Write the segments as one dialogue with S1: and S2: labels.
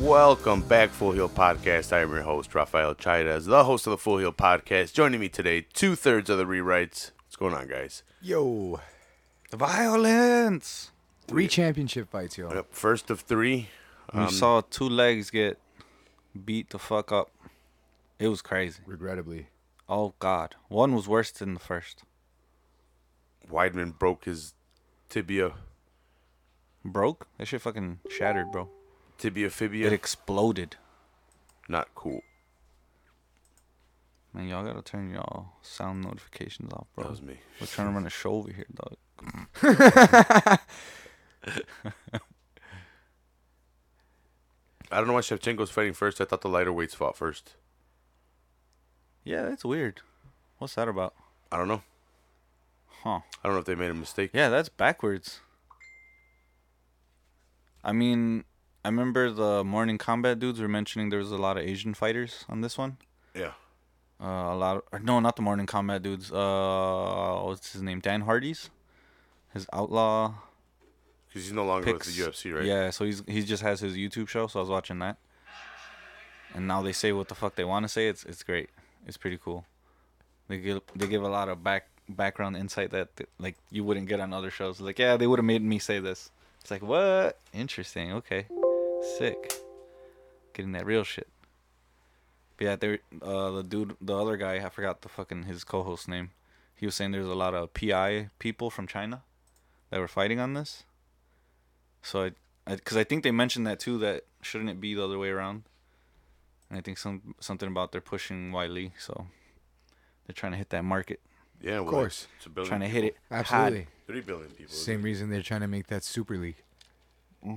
S1: Welcome back, Full Heel Podcast. I am your host, Rafael Chaydez, the host of the Full Heel Podcast. Joining me today, two thirds of the rewrites. What's going on, guys?
S2: Yo, violence.
S3: Three championship fights, yo.
S1: Yep, First of three.
S4: We
S1: Um,
S4: saw two legs get beat the fuck up. It was crazy.
S3: Regrettably.
S4: Oh God, one was worse than the first.
S1: Weidman broke his tibia,
S4: Broke? That shit fucking shattered, bro.
S1: tibia
S4: It
S1: fibia.
S4: exploded.
S1: Not cool.
S4: Man, y'all gotta turn y'all sound notifications off, bro.
S1: That was me.
S4: We're trying to run a show over here, dog.
S1: I don't know why Shevchenko's fighting first. I thought the lighter weights fought first.
S4: Yeah, that's weird. What's that about?
S1: I don't know.
S4: Huh?
S1: I don't know if they made a mistake.
S4: Yeah, that's backwards. I mean, I remember the morning combat dudes were mentioning there was a lot of Asian fighters on this one.
S1: Yeah.
S4: Uh, a lot of, or no, not the morning combat dudes. Uh, what's his name? Dan Hardy's, his outlaw
S1: Because he's no longer
S4: picks.
S1: with the UFC, right?
S4: Yeah, so he's he just has his YouTube show, so I was watching that. And now they say what the fuck they want to say. It's it's great. It's pretty cool. They give they give a lot of back background insight that th- like you wouldn't get on other shows. Like yeah, they would have made me say this. It's like what? Interesting. Okay, sick. Getting that real shit. But yeah, there uh the dude the other guy I forgot the fucking his co-host name. He was saying there's a lot of PI people from China that were fighting on this. So I, because I, think they mentioned that too. That shouldn't it be the other way around? And I think some something about they're pushing Wiley, so they're trying to hit that market,
S1: Yeah, well,
S3: course.
S1: It's a billion
S4: trying to hit it. hard.
S3: Absolutely.
S1: Three billion people. isn't
S3: Same reason they're trying to make that Super League.
S4: Is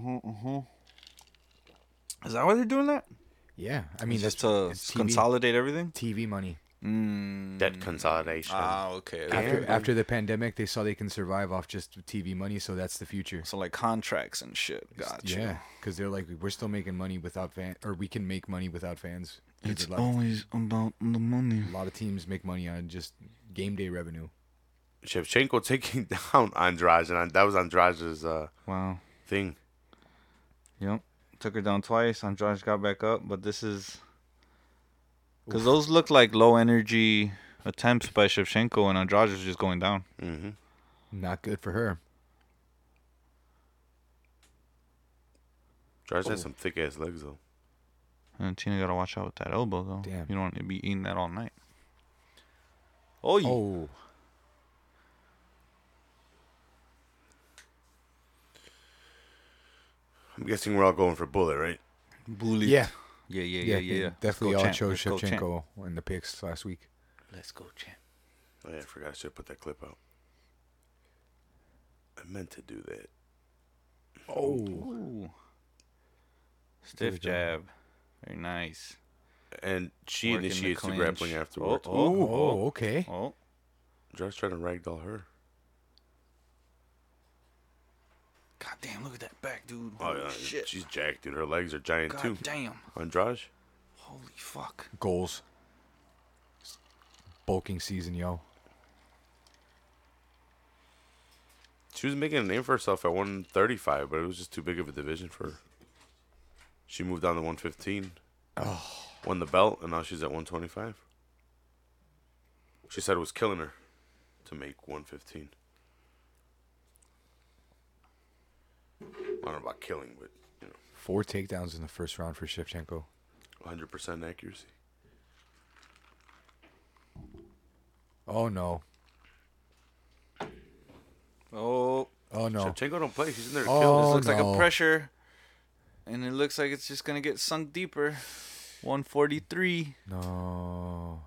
S4: that why they're doing that?
S3: Yeah, I
S4: I mean,
S3: mean
S4: just
S3: that's
S4: to
S3: it's
S4: consolidate everything.
S3: TV money.
S1: it? Debt consolidation.
S4: Ah, okay.
S3: After
S4: okay.
S3: after the pandemic, they saw they can survive off just TV money, so that's the future.
S4: so like contracts and shit. Gotcha.
S3: Yeah, because they're like, we're still making money without fans, or we can make money without fans. 'Cause
S4: It's
S3: a lot,
S4: always about the money.
S3: a lot of teams make money on just game day revenue.
S1: Shevchenko taking down Andrade, and that was Andrade's uh,
S4: Wow.
S1: thing.
S4: Yep. Took her down twice. Andrade got back up, but this is because those look like low energy attempts by Shevchenko, and Andrade was just going down.
S1: Mm-hmm.
S3: Not good for her.
S1: Andrade
S4: Oh.
S1: had some thick ass legs though.
S4: And Tina gotta watch out with that elbow though.
S3: Damn.
S4: You don't want to be eating that all night. Oh, yeah.
S3: Oh,
S1: I'm guessing we're all going for Bullet, right?
S4: bullet.
S3: yeah,
S4: Yeah, yeah,
S3: yeah,
S4: yeah, yeah. yeah.
S3: definitely all
S4: champ.
S3: chose
S4: Let's go, champ.
S3: Shevchenko in the picks last week.
S4: Let's go, champ.
S1: Oh yeah, I forgot I should have put that clip out. I meant to do that.
S3: Oh,
S4: Ooh. Stiff
S3: go.
S4: jab. Very nice.
S1: And she
S4: Working the
S1: initiates the
S4: clinch.
S1: grappling afterwards.
S4: Oh,
S1: Oh,
S4: oh.
S3: oh, oh, okay.
S4: Oh,
S1: trying to ragdoll her.
S4: god damn! Look at that back, dude.
S1: Oh
S4: Holy
S1: yeah,
S4: shit.
S1: she's jacked, dude. Her legs are giant
S4: God
S1: too.
S4: damn.
S1: Andrade,
S4: Holy fuck.
S3: Goals. Bulking season, yo.
S1: she was making a name for herself at 135, but it was just too big of a division for her. She moved down to 115,
S4: Oh.
S1: won the belt, and now she's at 125. She said it was killing her to make 115. I don't know about killing, but you know.
S3: Four takedowns in the first round for Shevchenko.
S1: 100% accuracy.
S3: Oh no.
S4: Oh.
S3: Oh no.
S1: Shevchenko don't play. She's in there to
S4: This
S3: Oh.
S1: kill.
S4: looks like
S3: no.
S4: a pressure, and it looks like it's just gonna get sunk deeper. 143.
S3: No.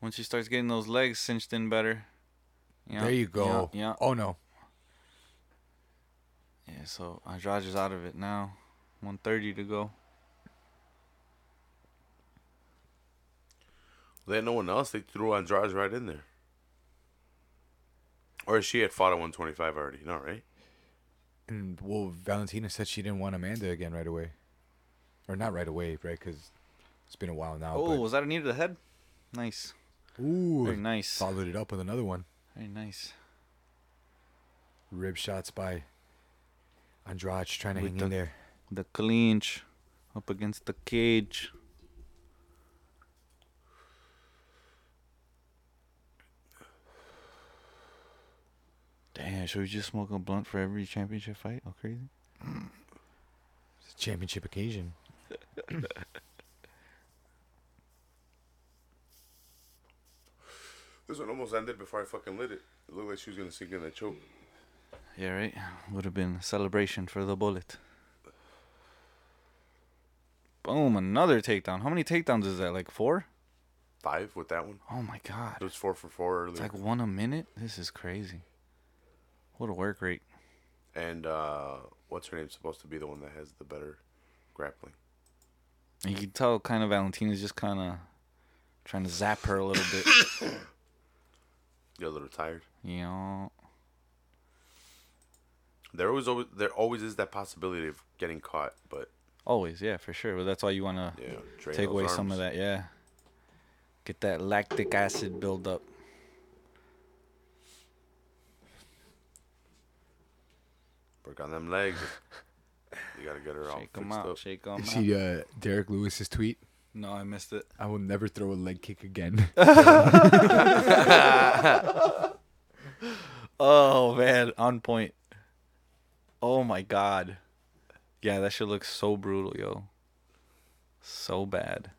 S4: Once she starts getting those legs cinched in better. Yeah,
S3: There you go.
S4: Yeah. yeah.
S3: Oh no.
S4: Yeah, so Andrade is out of it now. 130 to go.
S1: They had no one else. They threw Andrade right in there. Or she had fought at 125 already. No, right?
S3: And well, Valentina said she didn't want Amanda again right away, or not right away, right? Because it's been a while now.
S4: Oh, was that a knee to the head? Nice.
S3: but, ooh,
S4: Very nice.
S3: Followed it up with another one.
S4: Very nice.
S3: Rib shots by Andrade trying to
S1: With
S3: hang
S1: the-
S3: in there.
S4: The clinch up against the cage. Damn, should we just smoke a blunt for every championship fight? Oh, crazy.
S3: It's a championship occasion.
S1: This one almost ended before I fucking lit it. It looked like she was gonna sink in that choke.
S4: Yeah, right. Would have been a celebration for the bullet. Boom, another takedown. How many takedowns is that? Like four?
S1: Five with that one.
S4: Oh my god.
S1: It was four for four earlier.
S4: It's like one a minute? This is crazy. What a work rate.
S1: and uh, what's her name supposed to be the one that has the better grappling?
S4: And you can tell kind of Valentina's just kind of trying to zap her a little bit.
S1: You're a little tired.
S4: you know?
S1: There always, always there always is that possibility of getting caught, but
S4: Always, yeah, for sure. But that's why you want to
S1: yeah, drain
S4: take
S1: those
S4: away some of
S1: arms.
S4: that, yeah. Get that lactic acid buildup.
S1: Work on them legs. you gotta get her all
S4: Shake them
S1: fixed
S4: out,
S1: up.
S4: shake them
S3: You
S4: out.
S3: see uh, Derek Lewis's tweet?
S4: No, I missed it.
S3: I will never throw a leg kick again.
S4: Oh man, on point. Oh my god. Yeah, that shit looks so brutal, yo. So bad.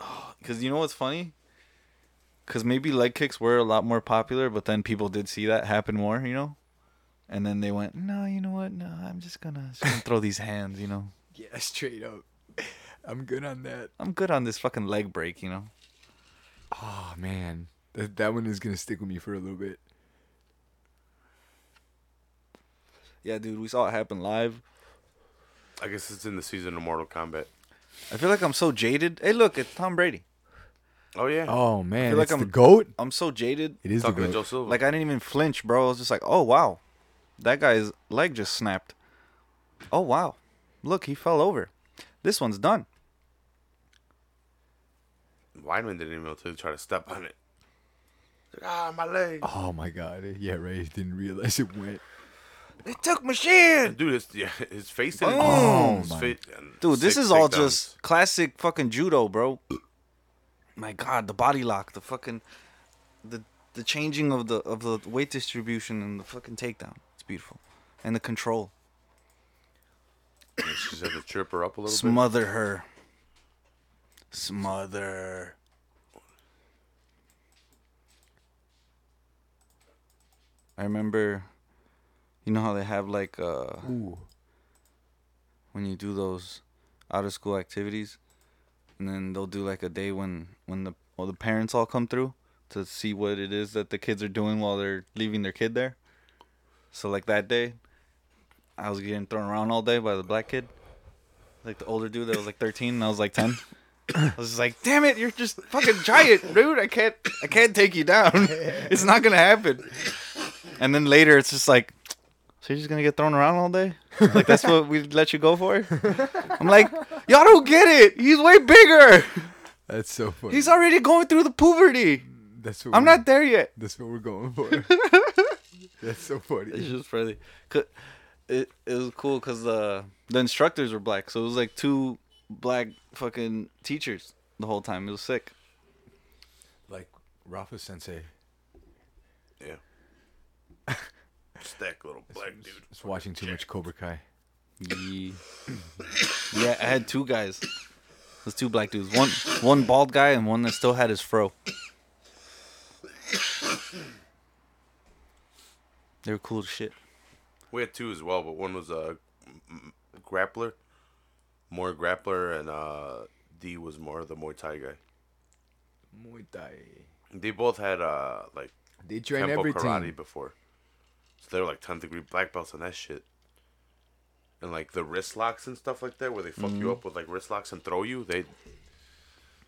S4: Oh, Cause you know what's funny? Cause maybe leg kicks were a lot more popular, but then people did see that happen more, you know? And then they went, No, you know what? No, I'm just gonna, just gonna throw these hands, you know.
S3: yeah, straight up. I'm good on that.
S4: I'm good on this fucking leg break, you know.
S3: Oh man, that that one is gonna stick with me for a little bit.
S4: Yeah, dude, we saw it happen live.
S1: I guess it's in the season of Mortal Kombat.
S4: I feel like I'm so jaded. Hey look, it's Tom Brady.
S1: Oh yeah,
S3: Oh man,
S4: like
S3: it's the
S4: I'm-
S3: goat.
S4: I'm so jaded.
S3: It is the
S1: talking to
S3: goat.
S1: Joe Silva.
S4: Like I didn't even flinch, bro. I was just like, oh wow, that guy's leg just snapped. Oh wow, look, he fell over. This one's done.
S1: Weidman didn't even know to try to step on it. Like, ah, my leg.
S3: oh my god, yeah, Ray didn't realize it went.
S4: It took machine.
S1: Dude, his, yeah, his face didn't.
S4: Oh,
S1: his
S3: my-
S1: and
S4: Dude, this
S1: six
S4: is all
S1: takedowns.
S4: just classic fucking judo, bro. My God, the body lock, the fucking, the the changing of the of the weight distribution and the fucking takedown. It's beautiful, and the control.
S1: Yeah, She said to trip her up a little bit.
S4: Smother her. Smother. I remember, you know how they have like uh,
S3: Ooh,
S4: when you do those out of school activities, and then they'll do like a day when when the well, the parents all come through to see what it is that the kids are doing while they're leaving their kid there. So like that day, I was getting thrown around all day by the black kid, like the older dude that was like 13 and I was like 10. I was just like, "Damn it, you're just fucking giant, dude. I can't I can't take you down. It's not going to happen." And then later it's just like, "So you're just going to get thrown around all day?" Like that's what we let you go for? I'm like, "Y'all don't get it. He's way bigger.
S3: that's so funny.
S4: He's already going through the puberty.
S3: that's what
S4: I'm
S3: we're-
S4: not there yet."
S3: That's what we're going for. that's so
S4: It's
S3: funny.
S4: just funny. 'Cause It, it was cool because the the instructors were black, so it was like two black fucking teachers the whole time. It was sick.
S3: Like Rafa Sensei,
S1: Yeah. Stack little black dude.
S3: is watching too much Cobra Kai.
S4: Ye- yeah, I had two guys. It was two black dudes. One one bald guy and one that still had his fro. They were cool as shit.
S1: We had two as well, but one was a grappler, more grappler, and uh, D was more the Muay Thai guy.
S3: Muay Thai.
S1: They both had uh like
S3: They train
S1: tempo
S3: everything.
S1: karate before, so they were like tenth degree black belts and that shit. And like the wrist locks and stuff like that, where they fuck
S4: Mm-hmm.
S1: you up with like wrist locks and throw you. They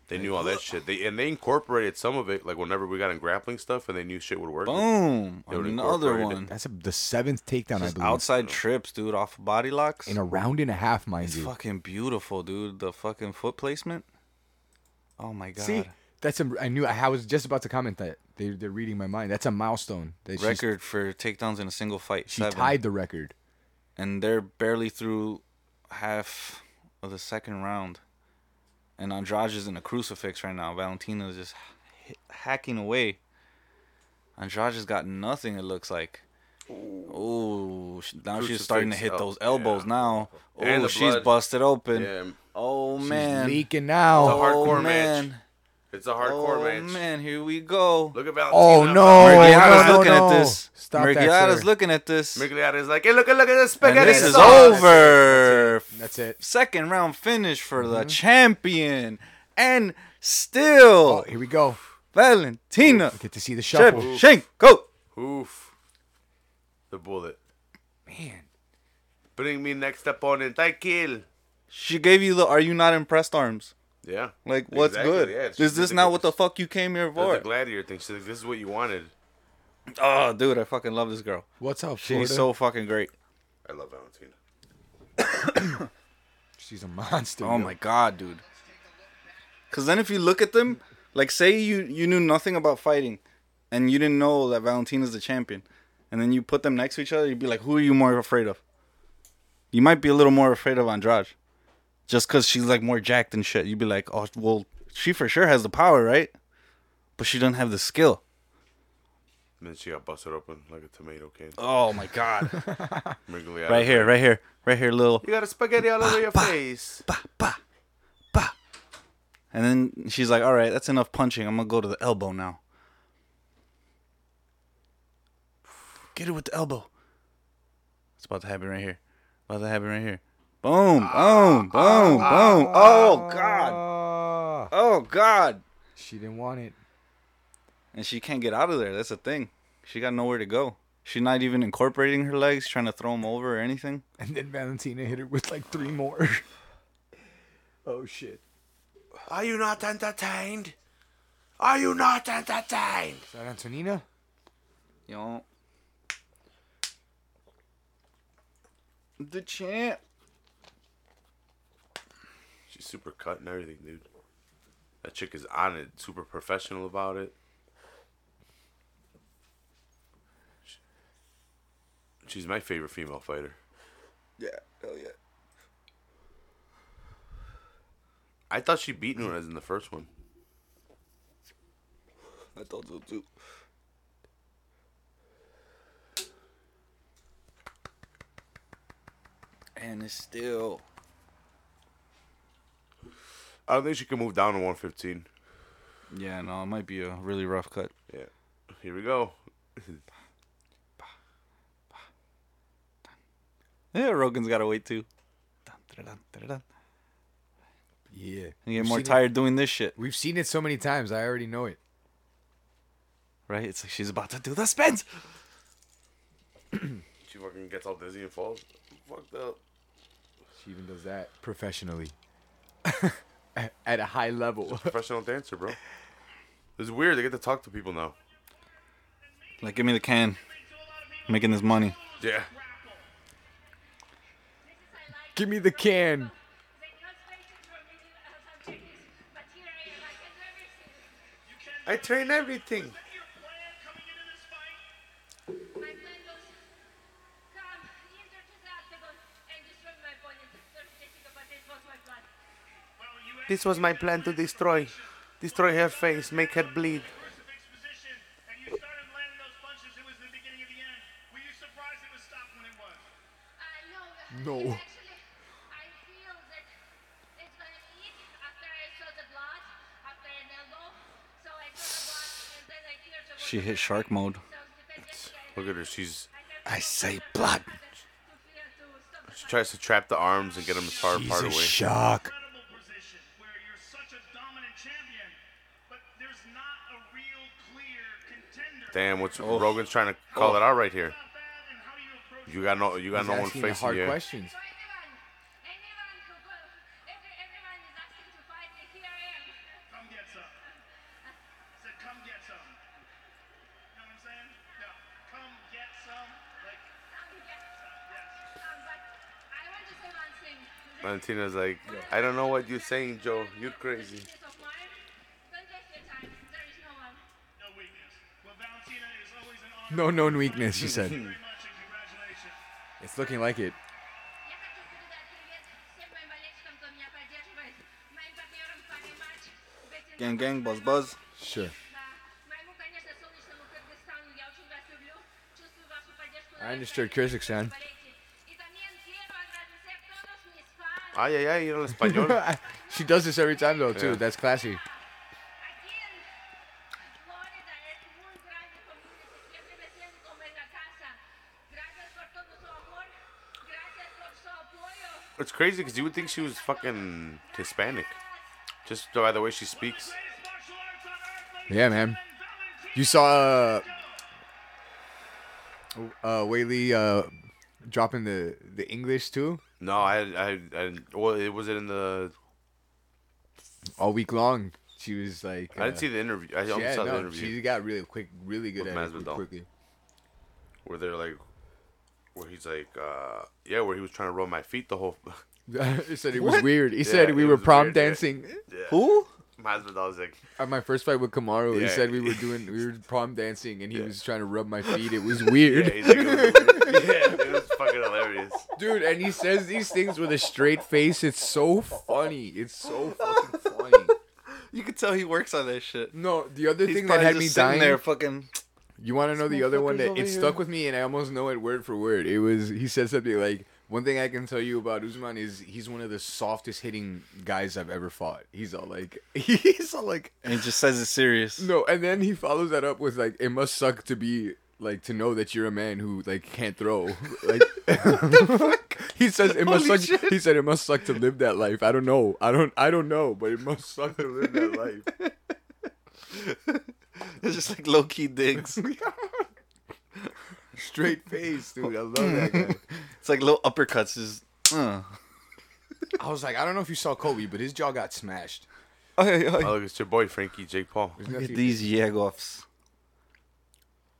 S1: they knew all that shit. They and they incorporated some of it, like whenever we got in grappling stuff, and they knew shit would work.
S4: Boom!
S1: They would've
S4: Another
S1: incorporated it.
S4: one.
S3: That's a, the seventh takedown, I
S4: Just
S3: believe.
S4: outside trips, dude, off body locks.
S3: In a round and a half, mind
S4: It's
S3: you.
S4: fucking beautiful, dude. The fucking foot placement. Oh my god.
S3: See, that's a. I knew. I was just about to comment that they they're reading my mind. That's a milestone. That she's-
S4: Record for takedowns in a single fight.
S3: She
S4: seven.
S3: tied the record.
S4: and they're barely through half of the second round. And Andrade is in a crucifix right now. Valentina's just h- hacking away. Andrade's got nothing. It looks like. Oh, now she's starting to
S1: Crucifix
S4: hit
S1: el-
S4: those elbows
S1: yeah.
S4: now.
S1: And
S4: Oh,
S1: the
S4: she's
S1: blood.
S4: busted open.
S1: Yeah,
S4: Oh
S3: She's
S4: man.
S3: leaking
S1: It's a
S3: now.
S1: hard- hardcore
S4: oh,
S1: match.
S4: man.
S1: it's a hardcore
S4: oh,
S1: match.
S4: man, here we go.
S1: Look at Valentina.
S3: Oh, no.
S1: Miguel-
S4: Mergliata's
S3: no,
S4: looking
S3: no.
S4: at this.
S3: Stop that,
S4: Mergliata's
S3: sir.
S4: looking at this.
S1: Migliata's like, hey, look at look at this
S4: And
S1: spaghetti.
S4: this is
S1: sauce."
S4: over.
S3: That's it.
S4: Second round finish for the
S3: Mm-hmm.
S4: champion. And
S3: Oh,
S4: still,
S3: here we go.
S4: Valentina
S3: Get to see the shuffle.
S4: Shevchenko.
S1: Oof. The bullet.
S3: Man,
S1: Bring me next opponent. I kill.
S4: She gave you the are you not impressed arms.
S1: Yeah.
S4: Like, what's
S1: Exactly,
S4: good?
S1: yeah. She
S4: is
S1: did
S4: this
S1: the
S4: not
S1: gl-
S4: what the fuck you came here
S1: did
S4: for?
S1: The gladiator thing. She's like, this is what you wanted.
S4: Oh, dude, I fucking love this girl.
S3: what's up, Florida?
S4: She's so fucking great.
S1: I love Valentina.
S3: She's a monster.
S4: Oh my god, dude. Cause then if you look at them, like say you you knew nothing about fighting, and you didn't know that Valentina's the champion, and then you put them next to each other, you'd be like, who are you more afraid of? You might be a little more afraid of Andrade, just cause she's like more jacked and shit. You'd be like, oh well, she for sure has the power, right? But she doesn't have the skill.
S1: And then she got busted open like a tomato can.
S4: Oh my god!
S1: Migliata.
S4: right here, right here, right here, little
S1: You got a spaghetti all over your face.
S4: bah, bah, bah. And then she's like, all right, that's enough punching. I'm going to go to the elbow now. Get it with the elbow. It's about to happen right here. About to happen right here. Boom, boom, boom, boom. Oh, God.
S3: god.
S4: Oh, God.
S3: Ah. She didn't want it.
S4: And she can't get out of there. That's the thing. She got nowhere to go. She's not even incorporating her legs, trying to throw them over or anything.
S3: And then Valentina hit her with like three more. oh shit.
S1: Are you not entertained? Are you not entertained?
S3: Is that Antonina?
S4: You know. The champ.
S1: She's super cut and everything, dude. That chick is on it, super professional about it. She- She's my favorite female fighter.
S4: Yeah, hell yeah.
S1: I thought she beat Nunes in the first one.
S4: I thought so too. And it's still
S1: I don't think she can move down to 115.
S4: Yeah, no, it might be a really rough cut.
S1: Yeah. Here we go.
S4: Yeah, Rogan's gotta wait too. Dun, dun, dun, dun, dun.
S3: Yeah.
S4: You get more tired doing this shit,
S3: We've seen it so many times. I already know it.
S4: right? It's like she's about to do the spins.
S1: She fucking gets all dizzy and falls. Fucked up.
S3: She even does that professionally. At at a high level.
S1: Professional dancer, bro. It's weird. They get to talk to people now.
S4: Like, give me the can. Making this money.
S1: Yeah.
S3: Give me the can.
S1: I train everything. This was my plan to destroy. Destroy her face, make her bleed.
S2: No.
S3: No.
S4: She hit shark mode.
S1: Look at her. She's
S4: I say blood.
S1: she tries to trap the arms and get them as far
S3: She's
S1: apart
S3: a
S1: away.
S3: shock.
S1: Damn, what's
S3: Oh.
S1: Rogan's trying to call it out right here? You got no, you got
S3: He's
S1: no one
S3: asking the
S1: facing
S3: hard
S1: you.
S3: questions.
S5: Come get some. I said, come get some. You know what I'm saying? No. Come get some. Like, uh, yes.
S2: Um,
S1: Valentina's like, I don't know what you're saying, Joe. You're crazy.
S5: No weakness. Well, Valentina is always an honor.
S3: No known weakness, she said.
S5: Very much and congratulations.
S3: It's looking like it.
S4: Gang, gang, buzz, buzz.
S3: Sure.
S2: Моему, конечно, солнечному Кыргызстану я очень вас люблю. Чувствую вашу поддержку.
S3: I understood Kyrgyzstan.
S2: И взамен quiero agradecer todos mis fans.
S1: Ay, ay, ay, era el español.
S3: she does this every time though too.
S1: Yeah.
S3: That's classy.
S2: Один. Florida es muy grande community. Siempre me siento como en la casa. Gracias por todo su amor. Gracias por su apoyo.
S1: it's crazy because you would think she was fucking Hispanic. Just by the way she speaks.
S3: Yeah, man. You saw uh, uh Whaley uh dropping the the English too
S1: No, I, I, I didn't- well, it was it in the.
S3: all week long. She was like uh,
S1: I didn't see the interview. I only
S3: yeah,
S1: saw the
S3: no,
S1: interview
S3: she got really quick, really good
S1: With
S3: at it
S1: Masvidal.
S3: quickly.
S1: where they're like, where he's like, uh, yeah, where he was trying to rub my feet the whole.
S3: he said it was weird. He
S1: Yeah,
S3: said we
S1: it
S3: were
S1: was
S3: prom
S1: weird, yeah.
S3: dancing.
S1: Yeah.
S4: Who?
S1: Masvidal was like,
S3: At my first fight with Kamaru, he
S1: Yeah.
S3: said we were doing we were prom dancing, and he
S1: Yeah.
S3: was trying to rub my feet. It was
S1: yeah,
S3: weird,
S1: he's like, it was, yeah, it was fucking hilarious.
S3: dude. And he says these things with a straight face. It's so funny. It's so fucking funny.
S4: You could tell he works on that shit.
S3: No, the other
S4: He's
S3: thing that
S4: probably
S3: had
S4: just
S3: me
S4: sitting
S3: dying.
S4: there, fucking.
S3: You want to know the other one
S4: motherfucker's
S3: that
S4: over
S3: it
S4: here.
S3: stuck with me, and I almost know it word for word. It was he said something like, "One thing I can tell you about Usman is he's one of the softest hitting guys I've ever fought." He's all like, he's all like,
S4: And he just says it's serious.
S3: no, and then he follows that up with like, "It must suck to be like to know that you're a man who like can't throw." Like, he says, "It must
S4: Holy
S3: suck."
S4: shit.
S3: He said, "It must suck to live that life." I don't know. I don't. I don't know, but it must suck to live that life.
S4: It's just like low key digs.
S3: Straight face, dude. I love that guy.
S4: It's like little uppercuts. Just. Uh.
S3: I was like, I don't know if you saw Kobe, but his jaw got smashed.
S1: Oh, look, it's your boy Frankie Jake Paul.
S4: Look at these Yegoffs.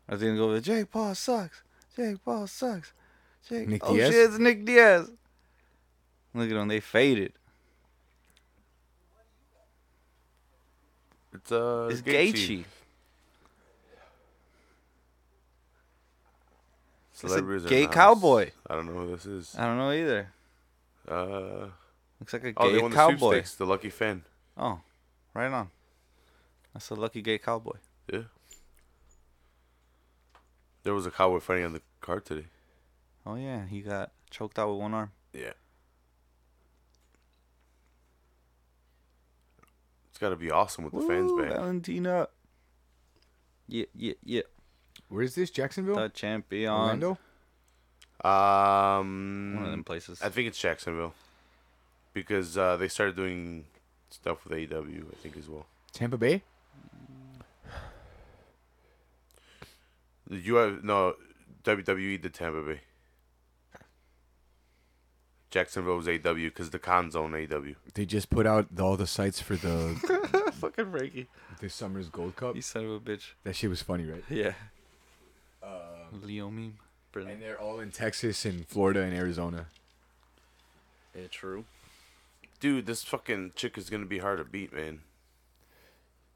S4: I was gonna go with Jake Paul sucks. Jake Paul sucks. Jake
S3: Nick
S4: oh,
S3: Diaz?
S4: shit, it's Nick Diaz. Look at them, they faded.
S1: It's uh,
S4: It's Gaethje.
S1: Celebrities are
S4: gay
S1: nice.
S4: cowboy.
S1: I don't know who this is.
S4: I don't know either.
S1: Uh,
S4: Looks like a
S1: oh,
S4: gay
S1: they won the
S4: cowboy.
S1: sweepstakes. The lucky fan.
S4: Oh, right on. That's a lucky gay cowboy.
S1: Yeah. There was a cowboy fighting on the card today.
S4: Oh yeah, he got choked out with one arm.
S1: Yeah. It's got to be awesome with the fans
S4: Woo,
S1: back.
S4: Valentina. Yeah, yeah, yeah.
S3: Where is this? Jacksonville?
S4: The champion.
S3: Orlando?
S1: Um,
S4: One of them places.
S1: I think it's Jacksonville, because uh, they started doing stuff with AEW. I think as well.
S3: Tampa Bay?
S1: You have no WWE did Tampa Bay. Jacksonville was AW because the con zone AW.
S3: They just put out the- all the sites for the
S4: fucking Frankie.
S3: this summer's Gold Cup.
S4: You son of a bitch.
S3: That shit was funny, right?
S4: Yeah. Leo meme. Brilliant.
S3: Um, And they're all in Texas and Florida and Arizona.
S4: Yeah, true.
S1: Dude, this fucking chick is gonna be hard to beat, man.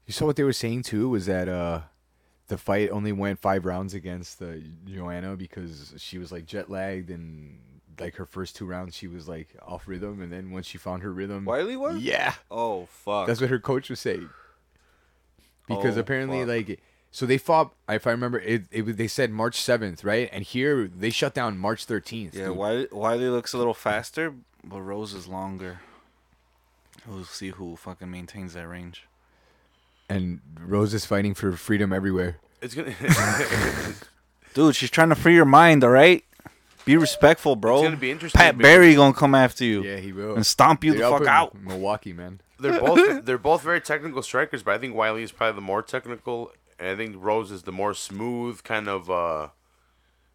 S3: You saw what they were saying too was that uh the fight only went five rounds against uh, Joanna because she was like jet lagged and like her first two rounds she was like off rhythm and then once she found her rhythm
S4: Wiley was?
S3: Yeah.
S4: Oh fuck.
S3: That's what her coach was saying. Because
S4: Oh,
S3: apparently,
S4: fuck.
S3: like, so they fought. If I remember, it, it was- they said March seventh, right? And here they shut down March thirteenth.
S4: yeah, Wiley, Wiley looks a little faster, but Rose is longer. We'll see who fucking maintains that range.
S3: and Rose is fighting for freedom everywhere.
S1: It's gonna
S4: Dude, she's trying to free your mind, all right? Be respectful, bro.
S1: It's gonna be interesting
S4: Pat
S1: because-
S4: Barry gonna come after you
S3: Yeah, he will.
S4: and stomp you
S3: They
S4: the
S3: all
S4: fuck
S3: put
S4: out.
S3: Milwaukee, man.
S1: they're both they're both very technical strikers, but I think Wiley is probably the more technical, and I think Rose is the more smooth kind of uh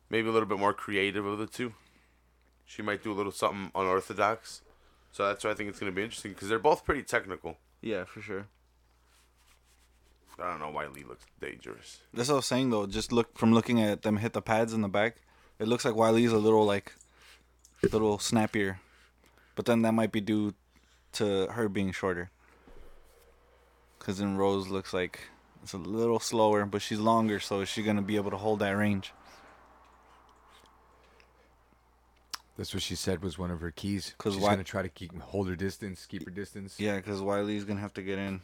S1: maybe a little bit more creative of the two. She might do a little something unorthodox, so that's why I think it's gonna be interesting because they're both pretty technical.
S4: Yeah, for sure.
S1: I don't know. Wiley looks dangerous.
S4: That's what I was saying though. Just look from looking at them hit the pads in the back, it looks like Wiley's a little like, little snappier, but then that might be due to her being shorter. Cause then Rose looks like it's a little slower, but she's longer, so is she gonna be able to hold that range?
S3: That's what she said was one of her keys.
S4: 'Cause
S3: She's
S4: why-
S3: gonna try to keep hold her distance, keep her distance.
S4: Yeah, cause Wiley's gonna have to get in.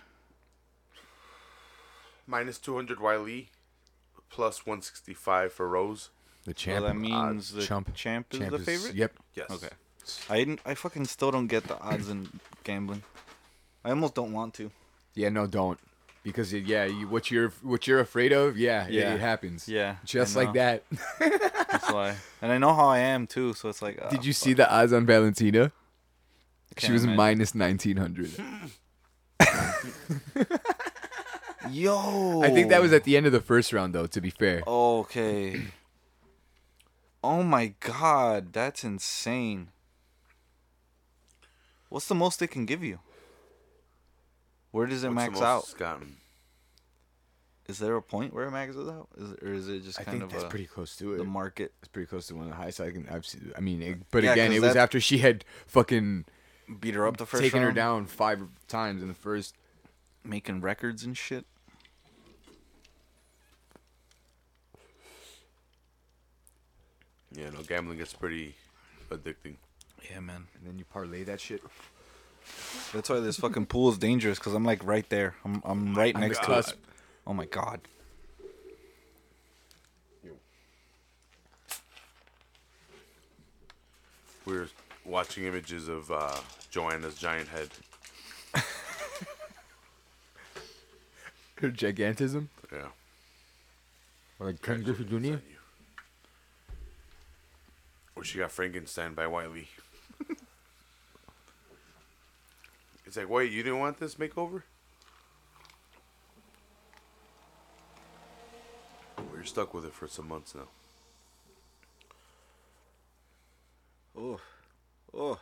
S1: minus 200 Wiley, plus 165 for Rose.
S3: The
S4: So
S3: champ. uh,
S4: that means the
S3: chump.
S4: champ, is the favorite.
S3: Yep.
S1: Yes.
S4: Okay. I didn't. I fucking still don't get the odds in gambling. I almost don't want to.
S3: Yeah, no, don't. Because it- yeah, you, what you're what you're afraid of, yeah, yeah,
S4: Yeah.
S3: it, happens.
S4: Yeah, I
S3: just like
S4: know.
S3: that.
S4: That's why. And I know how I am too. So it's like. ah,
S3: Did you
S4: fuck,
S3: see the odds on Valentina?
S4: I
S3: She
S4: can't
S3: was
S4: imagine.
S3: minus nineteen hundred.
S4: Yo.
S3: I think that was at the end of the first round, though. To be fair,
S4: Okay. Oh my god, that's insane. What's the most they can give you? Where does it
S1: What's the
S4: max
S1: most
S4: out?
S1: it's gotten?
S4: Is there a point where it maxes out? Is it, or is it just
S3: I
S4: kind
S3: think
S4: of
S3: that's
S4: a-
S3: pretty close to it.
S4: the market?
S3: It's pretty close to one of the highest I can. I've seen, I mean, it, but
S4: Yeah,
S3: again,
S4: 'cause
S3: it was
S4: that-
S3: after she had fucking
S4: Beat her up the first
S3: taken her
S4: round,
S3: down five times in the first.
S4: making records and shit.
S1: Yeah, no, gambling gets pretty addicting.
S4: Yeah, man.
S3: And then you parlay that shit.
S4: That's why this fucking pool is dangerous because I'm like right there. I'm I'm right next to it.
S3: cusp.
S4: Oh my god.
S1: We were watching images of uh, Joanna's giant head.
S3: Her gigantism.
S1: Yeah.
S3: Or like Ken Griffey Jr.
S1: Where she got Frankenstein by Wiley. it's like, wait, you didn't want this makeover? We're stuck with it for some months now.
S4: Oh, oh,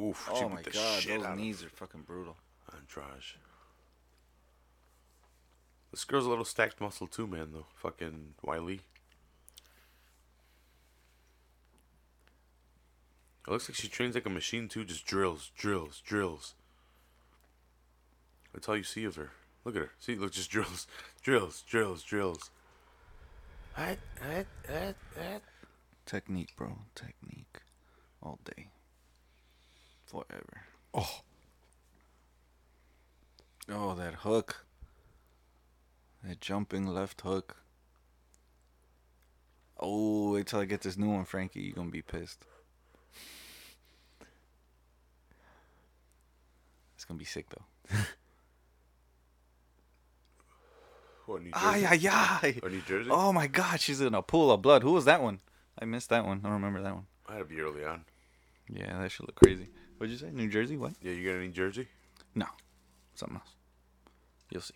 S1: Oof, she
S4: oh
S1: beat
S4: my
S1: the
S4: god.
S1: shit out
S4: Those
S1: of
S4: knees are fucking brutal.
S1: Andrage. This girl's a little stacked muscle too, man. Though fucking Wiley. It looks like she trains like a machine too. Just drills, drills, drills. That's all you see of her. Look at her. See, look, just drills, drills, drills, drills. What? What? What? What?
S4: Technique, bro. Technique. All day. Forever.
S3: Oh,
S4: Oh, that hook. That jumping left hook. Oh, wait till I get this new one, Frankie. You're gonna be pissed. It's gonna be sick though.
S1: What? New Jersey?
S4: Ay, ay, ay.
S1: Or New Jersey?
S4: Oh my god, she's in a pool of blood. Who was that one? I missed that one. I don't remember that one.
S1: I had to be early on.
S4: Yeah, that should look crazy. What'd you say? New Jersey? What?
S1: Yeah, you got any Jersey?
S4: No. Something else. You'll see.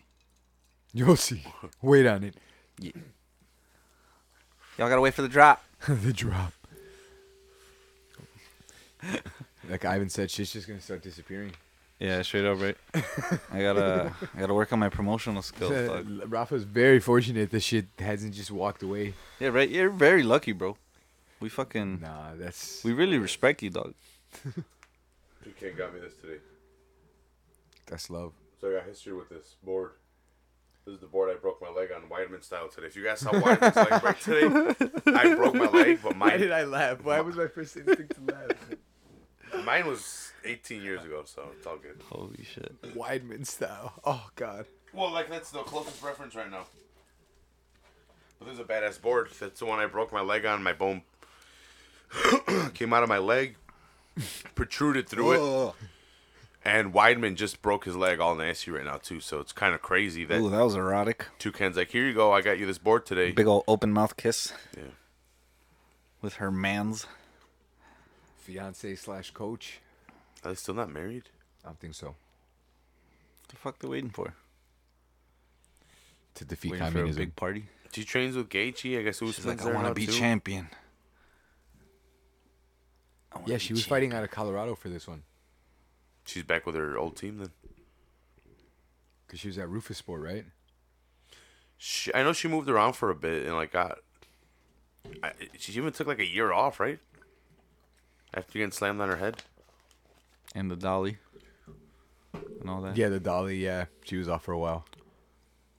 S3: you'll see. Wait on it.
S4: Y'all gotta wait for the drop.
S3: the drop. like Ivan said, shit's just gonna start disappearing.
S4: Yeah, straight up, right? I gotta, I gotta work on my promotional skills. dog.
S3: Uh, Rafa's very fortunate this shit hasn't just walked away.
S4: Yeah, right. You're very lucky, bro. We fucking,
S3: Nah, that's
S4: we really respect you, dog.
S1: PK got me this today.
S3: that's love.
S1: So I got history with this board. This is the board I broke my leg on Weidman style today. If you guys saw Weidman's leg break today, I broke my leg, but mine
S3: I laugh? Why was my first instinct to laugh?
S1: mine was 18 years ago, so it's all good.
S4: Holy shit.
S3: Weidman style. Oh God.
S1: Well, like that's the closest reference right now. But there's a badass board. That's the one I broke my leg on. My bone came out of my leg, protruded through it, and Weidman just broke his leg all nasty right now too. So it's kind of crazy that
S4: Ooh, that was erotic.
S1: Toucan's like, "Here you go, I got you this board today."
S4: Big old open mouth kiss
S1: Yeah.
S4: with her man's.
S3: Fiance slash coach.
S1: Are they still not married?
S3: I don't think so.
S4: What the fuck they waiting for?
S3: To defeat
S4: Waiting for a
S3: communism.
S4: big party.
S1: She trains with Gaethje. I guess Usman's
S4: She's like, I
S1: there
S4: want
S1: now,
S4: to be
S1: too.
S4: champion. I wanna
S3: yeah,
S4: be
S3: she was
S4: champ.
S3: fighting out of Colorado for this one
S1: She's back with her old team then.
S3: because she was at Rufus Sport, right?
S1: She, I know she moved around for a bit and like got. I, she even took like a year off, right? After getting slammed on her head.
S4: And the dolly. And all that.
S3: Yeah, the Dolly. Yeah, she was off for a while.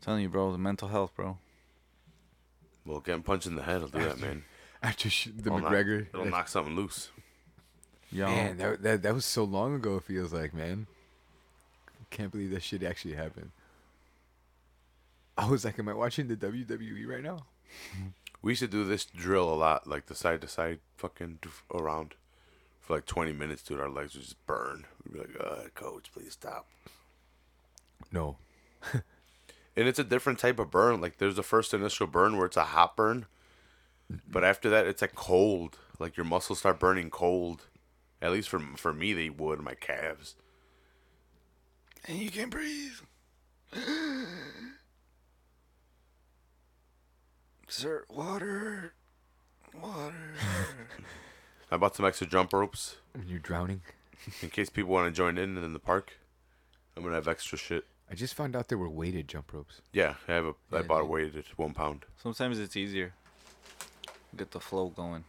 S4: telling you, bro, the mental health, bro.
S1: Well, getting punched in the head will do that, man.
S3: After she, the
S1: It'll knock-
S3: McGregor.
S1: it'll knock something loose.
S4: Yo.
S3: Man, that, that that was so long ago. It feels like, man. Can't believe that shit actually happened. I was like, am I watching the WWE right now?
S1: We used to do this drill a lot, like the side to side fucking doof around for like 20 minutes, dude. Our legs would just burn. We'd be like, uh, coach, please stop.
S3: No.
S1: And it's a different type of burn. Like, there's the first initial burn where it's a hot burn, but after that, it's a cold. Like, your muscles start burning cold. At least for, for me, they would, my calves.
S4: And you can't breathe. Sir, water. Water.
S1: I bought some extra jump ropes
S3: You're drowning.
S1: in case people want to join in in the park. I'm going to have extra shit.
S3: I just found out there were weighted jump ropes.
S1: Yeah, I have a. I
S3: Yeah,
S1: bought a
S3: dude.
S1: weighted one pound.
S4: Sometimes it's easier. Get the flow going.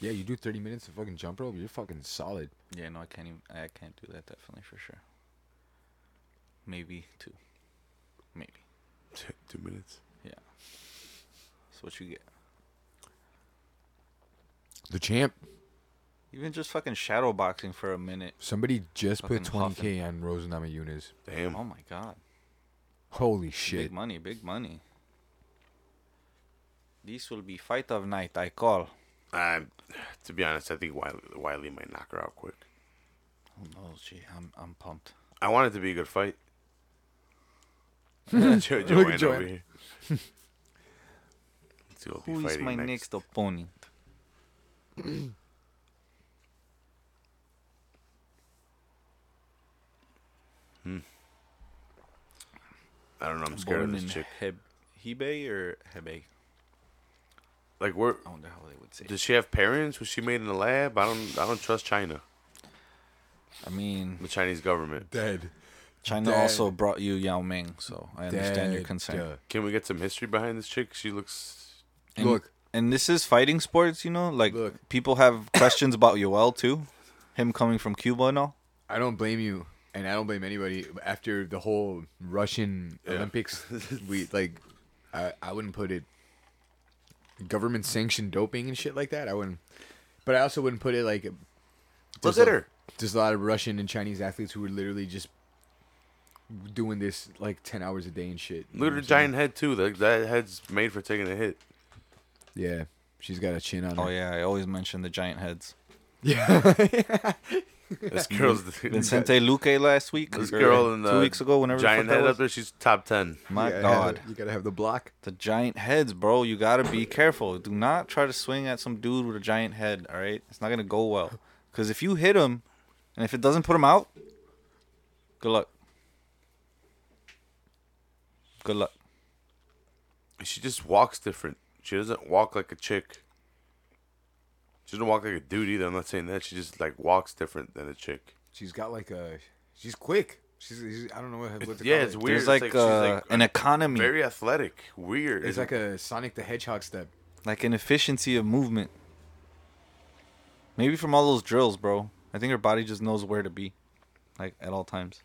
S3: Yeah, you do 30 minutes of fucking jump rope, you're fucking solid.
S4: Yeah, no, I can't even. I can't do that definitely for sure. Maybe two. Maybe.
S1: Two minutes.
S4: Yeah. That's what you get.
S3: The champ.
S4: Even just fucking shadow boxing for a minute.
S3: Somebody just put
S4: Fucking
S3: 20k on Rose Namajunas.
S1: Damn.
S4: Oh my god.
S3: Holy
S4: Big
S3: shit.
S4: money, big money. This will be fight of night, I call.
S1: Um, to be honest, I think Wiley, Wiley might knock her out quick.
S4: Oh no, gee, I'm I'm pumped.
S1: I want it to be a good fight. jo- Joanne
S3: Joanne.
S1: over here. Let's see who'll be
S4: Who is
S1: fighting
S4: my next opponent?
S1: I don't know. I'm scared of
S4: Born
S1: this
S4: in
S1: chick.
S4: Heb- Hebei or Hebei?
S1: Like, where
S4: I wonder how they would say. it.
S1: does she have parents? Was she made in the lab? I don't. I don't trust China,
S4: I mean,
S1: the Chinese government.
S3: Dead.
S4: China
S3: Dad.
S4: also brought you Yao Ming, so I understand your
S3: Dead.
S4: concern.
S1: Can we get some history behind this chick? She looks.
S4: And,
S3: Look.
S4: and this is fighting sports, you know. Like
S3: Look.
S4: people have questions about Yoel too, him coming from Cuba and all.
S3: I don't blame you, and I don't blame anybody. After the whole Russian Olympics, we like, I, I wouldn't put it. Government sanctioned doping and shit like that. I wouldn't, but I also wouldn't put it like.
S1: Look
S3: there's
S1: at
S3: a-
S1: her.
S3: There's a lot of Russian and Chinese athletes who were literally just doing this like ten hours a day and shit. You know
S1: Look at
S3: what
S1: her
S3: I'm saying?
S1: giant head too. That that head's made for taking a hit.
S3: Yeah, she's got a chin on her.
S4: Oh yeah, I always mention the giant heads.
S3: Yeah.
S1: This girl's
S4: Vincente Luque last week.
S1: This
S4: or
S1: girl in the
S4: two weeks ago, whenever the fuck
S1: giant
S4: that
S1: head
S4: was.
S1: up there, she's top ten.
S4: My
S3: Yeah,
S4: God,
S3: You gotta have the block.
S4: the giant heads, bro. You gotta be careful. Do not try to swing at some dude with a giant head. All right, it's not gonna go well. Cause if you hit him, and if it doesn't put him out, good luck. Good luck.
S1: She just walks different. She doesn't walk like a chick. She doesn't walk like a dude either. I'm not saying that. She just like walks different than a chick.
S3: She's got like a. She's quick. She's. she's I don't know what. what to
S1: yeah,
S3: call
S1: it's
S3: it.
S1: weird.
S4: There's like,
S1: like she's
S4: uh,
S1: like
S4: an
S1: a
S4: economy,
S1: Very athletic. Weird.
S3: It's like a Sonic the Hedgehog step.
S4: like an efficiency of movement. Maybe from all those drills, bro. I think her body just knows where to be, like at all times.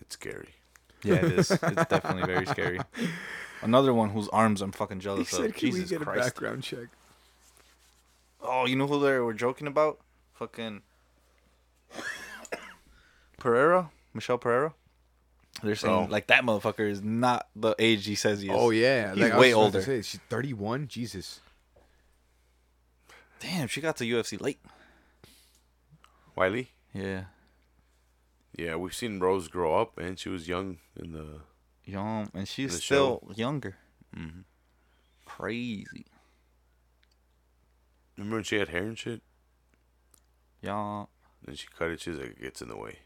S1: It's scary.
S4: Yeah, it is. it's definitely very scary. Another one whose arms I'm fucking jealous of. Jesus Christ.
S3: background check?
S4: Oh, you know who they were joking about? Fucking Pereira, Michelle Pereira. They're saying
S1: Oh.
S4: like that motherfucker is not the age he says he is.
S3: Oh yeah,
S4: he's
S3: like, I was
S4: way
S3: just about to
S4: older.
S3: say, she's thirty-one. Jesus.
S4: Damn, she got to UFC late.
S1: Wiley.
S4: Yeah,
S1: Yeah, we've seen Rose grow up, and she was young in the.
S4: young, and she's
S1: The
S4: still younger.
S3: Mm-hmm.
S4: Crazy,
S1: Remember when she had hair and shit?
S4: young.
S1: Then she cut it. She's like, it gets in the way.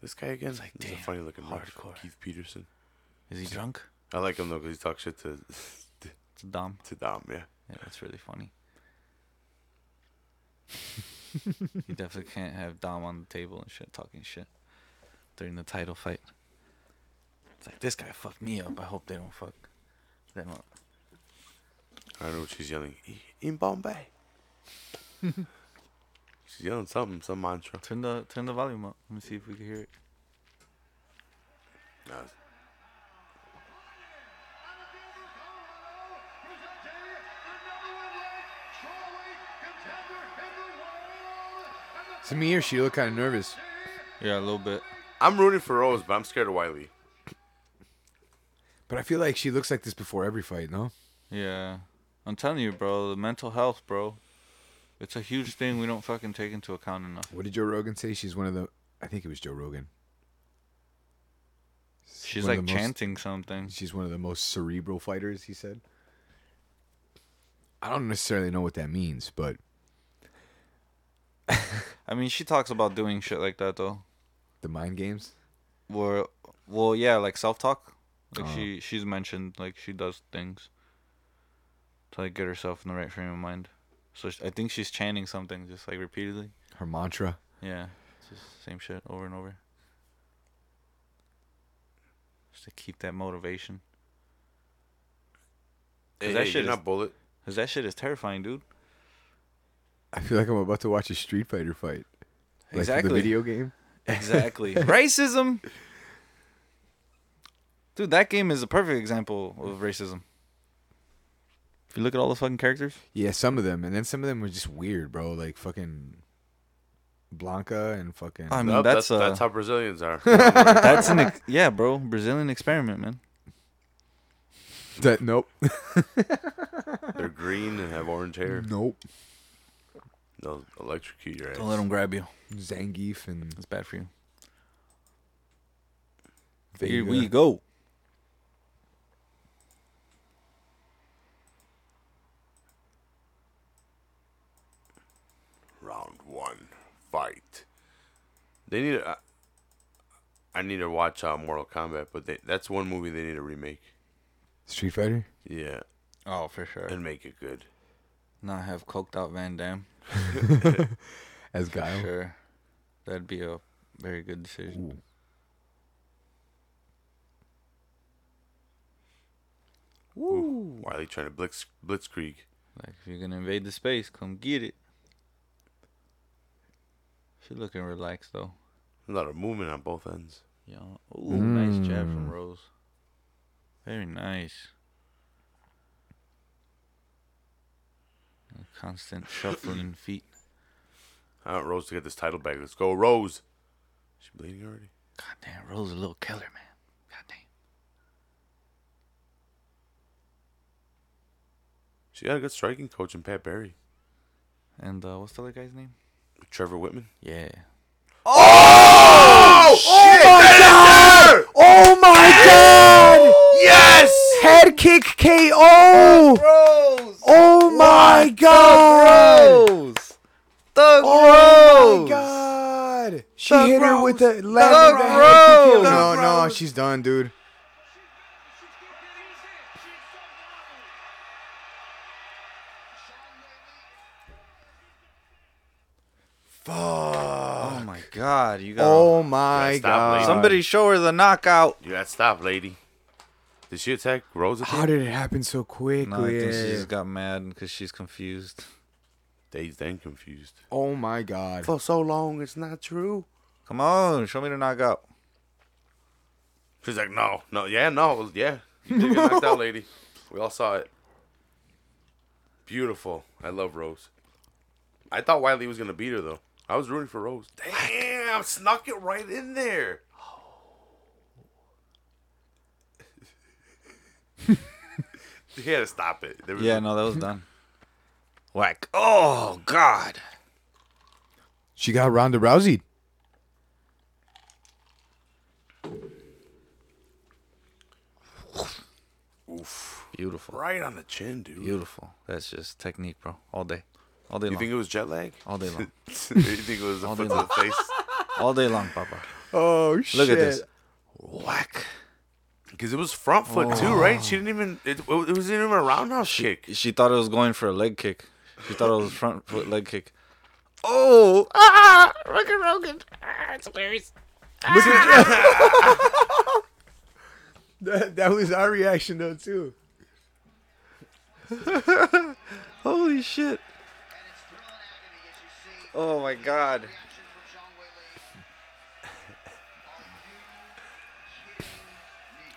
S1: This guy again.
S4: like,
S1: this is a
S4: damn,
S1: funny looking
S4: hardcore.
S1: hardcore. Keith Peterson.
S4: Is he drunk?
S1: I like him though because he talks shit to
S4: It's dumb.
S1: to Dom. Yeah.
S4: Yeah, that's really funny. you definitely can't have Dom on the table and shit talking shit during the title fight. It's like this guy fucked me up. I hope they don't fuck them up.
S1: I don't know what she's yelling. "E, In Bombay. she's yelling something, some mantra.
S4: Turn the turn the volume up. Let me see if we can hear it.
S1: Nah, it's-
S5: Colorado, presenting the number one ranked strawweight contender in the world,
S3: To me or she looked kind of nervous.
S4: Yeah, a little bit.
S1: I'm rooting for Rose, but I'm scared of Wiley.
S3: But I feel like she looks like this before every fight, no?
S4: Yeah. I'm telling you, bro, the mental health, bro. It's a huge thing we don't fucking take into account enough.
S3: What did Joe Rogan say? She's one of the. I think it was Joe Rogan.
S4: She's
S3: one of
S4: like
S3: the most-
S4: chanting something.
S3: She's one of the most cerebral fighters, he said. I don't necessarily know what that means, but
S4: I mean, she talks about doing shit like that though.
S3: the mind games.
S4: Where, well, yeah, like self talk. Like
S3: Uh-huh.
S4: she she's mentioned like she does things to like get herself in the right frame of mind. So sh I think she's chanting something just like repeatedly.
S3: Her mantra.
S4: Yeah, it's just the same shit over and over. Just to keep that motivation.
S1: Hey, hey,
S4: that shit
S1: you're
S4: is-
S1: not bullet.
S4: Cause that shit is terrifying, dude.
S3: I feel like I'm about to watch a Street Fighter fight. Like
S4: Exactly.
S3: the video game.
S4: Exactly. racism. Dude, that game is a perfect example of racism. If you look at all the fucking characters,
S3: Yeah, some of them, and then some of them were just weird, bro. Like fucking Blanca and fucking.
S4: I mean
S1: Yup,
S4: that's
S1: that's,
S4: uh,
S1: that's
S4: that's,
S1: how Brazilians are.
S4: an ex- yeah, bro, Brazilian experiment, man.
S3: that, nope,
S1: They're green and have orange hair.
S3: nope.
S1: They'll electrocute your ass.
S4: Mm. Don't let them grab you.
S3: Zangief and
S4: It's bad for you.
S3: Vega.
S4: Here we go.
S1: Round one, fight. They need. to- I I need to watch uh, Mortal Kombat, but they, that's one movie they need to remake.
S3: Street Fighter.
S1: Yeah,
S4: Oh, for sure.
S1: and make it good.
S4: Not have coked out Van Damme.
S3: As Guile.
S4: Sure. That'd be a very good decision.
S3: Ooh.
S1: Ooh. Why are they trying to blitz blitzkrieg?
S4: Like if you're gonna invade the space, come get it. She looking relaxed though.
S1: A lot of movement on both ends.
S4: Yeah. Ooh, nice jab from Rose. Very nice. A Constant shuffling feet.
S1: I want Rose to get this title back. Let's go, Rose. Is she bleeding already?
S4: Goddamn, Rose a little killer, man. Goddamn.
S1: She got a good striking coach in Pat Barry,
S4: And uh, what's the other guy's name?
S1: Trevor Whitman.
S4: Yeah.
S3: Oh my god! Yes! Head kick KO!
S4: Rose!
S3: Oh my god!
S4: Rose! Thug
S3: Oh my god! She hit her with the left.
S4: Thug
S3: No,
S4: Rose! Thug
S3: no, she's done, dude.
S4: Oh my god, you got
S3: Oh my
S1: Yeah, stop,
S3: god.
S1: lady.
S4: Somebody show her the knockout.
S1: You got stop, lady. Did she attack Rose? at the
S3: How
S1: end?
S3: did it happen so quickly?
S4: No, I think she just got mad because she's confused.
S1: Dave's then confused.
S3: oh my god.
S1: For so long, it's not true.
S4: Come on, show me the knockout.
S1: She's like, no, no, yeah, no, yeah. You did get knocked out, lady. We all saw it. Beautiful. I love Rose. I thought Wiley was gonna beat her though. I was rooting for Rose. Damn, snuck it right in there. he had to stop it. There was
S4: Yeah, no, that was done. Whack. Oh god.
S3: She got Ronda Rousey.
S4: Beautiful.
S1: right on the chin, dude.
S4: Beautiful. That's just technique, bro. All day. All day
S1: You
S4: long.
S1: think it was jet lag?
S4: All day long.
S1: you think it was a
S4: All
S1: foot
S4: day
S1: to the face?
S4: All day long, papa.
S3: Oh shit.
S4: Look at this. Whack. Oh.
S1: Because it was front foot too, right? She didn't even. It, it wasn't even a roundhouse kick.
S4: She thought it was going for a leg kick. She thought it was front foot leg kick. Oh! Ah! Rogan Rogan. Ah, it's hilarious.
S3: That, that was our reaction though too.
S4: Holy shit. Oh my god.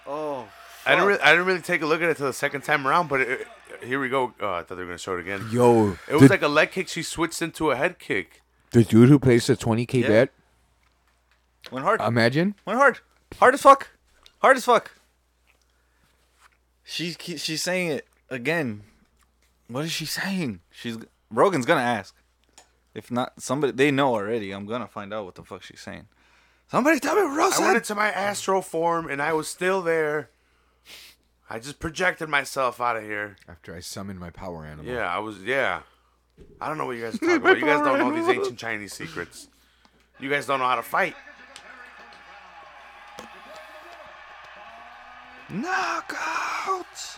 S4: Oh.
S1: I didn't. Really, I didn't really take a look at it till the second time around. But it, here we go. Oh, I thought they were gonna show it again.
S3: Yo,
S1: it was
S3: the-
S1: like a leg kick. She switched into a head kick.
S3: The dude who placed a 20k
S4: Yeah.
S3: bet,
S4: Went hard.
S3: imagine.
S4: Went hard. Hard as fuck. Hard as fuck. She's ke- she's saying it again. What is she saying? She's Rogan's gonna ask. If not, somebody they know already. I'm gonna find out what the fuck she's saying. Somebody tell me what Rose
S1: I
S4: said.
S1: went into my astral form and I was still there. I just projected myself out of here.
S3: After I summoned my power animal.
S1: Yeah, I was. Yeah, I don't know what you guys are talking about. You guys don't know these ancient Chinese secrets. You guys don't know how to fight.
S4: Knockouts.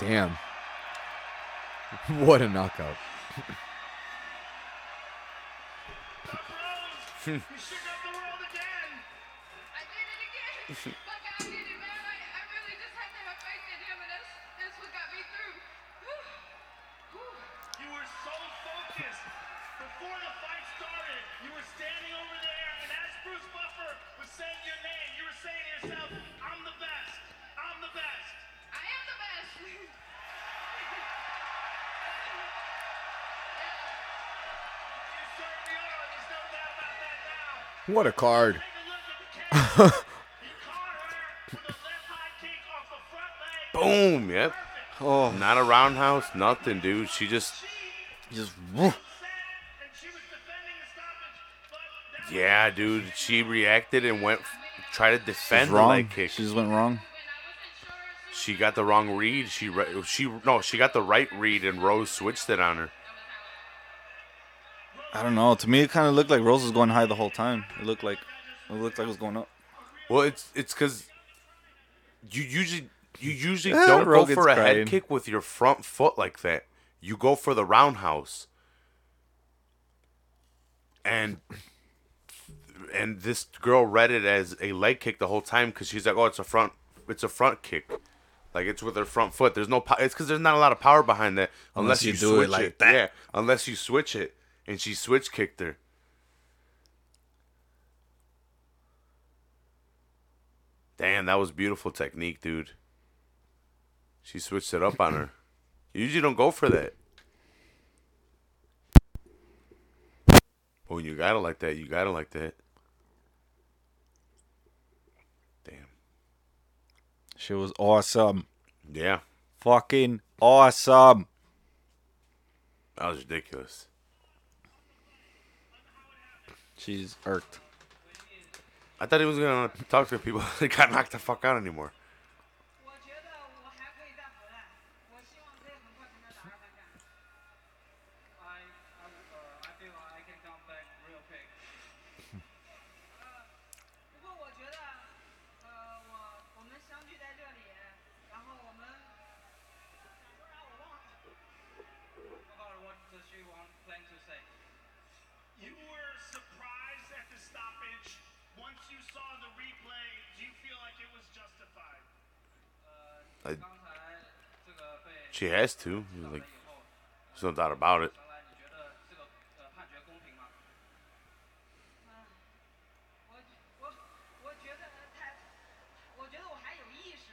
S3: Damn. what a knockout. Hmm.
S5: Rose, you shook up the world again.
S2: I did it again. Look, I did it, man. I, I really just had to have faith in him, and that's, that's what got me through. Whew. Whew.
S5: You were so focused. Before the fight started, you were standing over there, and as Bruce Buffer was saying your name, you were saying to yourself, I'm the best. I'm the best.
S2: I am the best.
S5: You certainly are. There's no doubt about that now.
S3: What a card.
S5: Take a look at the camera. he caught her with a left high kick off the front leg.
S1: Boom. Yep.
S4: Oh,
S1: Not a roundhouse. Nothing, dude. She just.
S4: just
S5: Set, and she was defending the stoppage, but that was
S1: Yeah, dude. She reacted and went. Try to defend
S4: went
S1: the
S4: wrong.
S1: leg
S4: She
S1: kick.
S4: just went wrong.
S1: She got the wrong read. She re- she no. She got the right read and Rose switched it on her.
S4: I don't know. To me, it kind of looked like Rose was going high the whole time. It looked like it looked like it was going up.
S1: Well, it's it's because you usually you usually
S4: Ah,
S1: don't go
S4: Rogan's
S1: for a
S4: crying.
S1: head kick with your front foot like that. You go for the roundhouse, and and this girl read it as a leg kick the whole time because she's like, oh, it's a front, it's a front kick. Like it's with her front foot. There's no, po- it's because there's not a lot of power behind that unless, you, do switch it like that. Yeah, unless you switch it, and she switch kicked her. Damn, that was beautiful technique, dude. She switched it up on her. You usually don't go for that. But when you got it like that, you got it like that. Damn.
S4: She was awesome.
S1: Yeah,
S4: Fucking awesome.
S1: that was ridiculous.
S4: She's irked.
S1: I thought he was gonna talk to people that got knocked the fuck out anymore.
S2: 我觉得我还可以再回来，我希望在很快才能打上三战。
S6: I, I, uh, I feel I can come back real quick.
S2: 不过我觉得，呃，我我们相聚在这里，然后我们，不然我忘了。
S6: About what does she want plan to say?
S5: You were surprised at the stoppage. Once you saw the replay, do you feel like it was justified?
S1: I,
S6: 刚才这个被
S1: she has to. Like,
S6: 以后，
S1: there's no doubt about it.
S6: 原来你觉得这个呃判决公平吗？
S2: 我我我觉得他，我觉得我还有意识，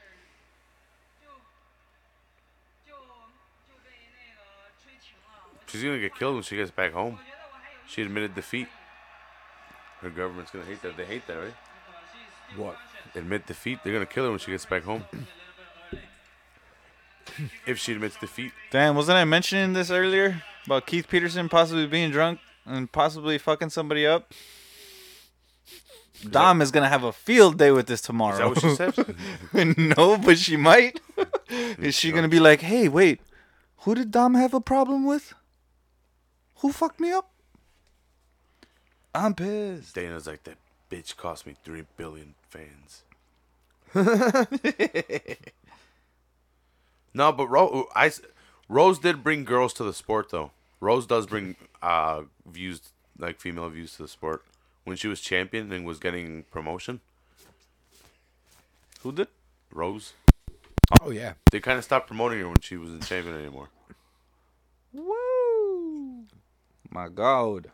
S2: 就就就被那个吹情了。我
S1: She's gonna get killed when she gets back home.
S2: 我觉得我还有意识
S1: She admitted defeat. Her government's gonna hate that. They hate that, right?
S3: What?
S1: Admit defeat. They're gonna kill her when she gets back home. if she admits defeat,
S4: Damn, wasn't I mentioning this earlier about Keith Peterson possibly being drunk and possibly fucking somebody up? Dom is gonna have a field day with this
S1: is that
S4: tomorrow.
S1: what she said?
S4: no, but she might. is she gonna be like, hey, wait, who did Dom have a problem with? Who fucked me up? I'm pissed.
S1: Dana's like that bitch cost me three billion fans. no, but Rose, I s- Rose did bring girls to the sport though. Rose does bring uh views like female views to the sport. When she was champion and was getting promotion,
S4: Who did?
S1: Rose
S3: Oh yeah.
S1: they kind of stopped promoting her when she wasn't champion anymore.
S4: Woo! My God.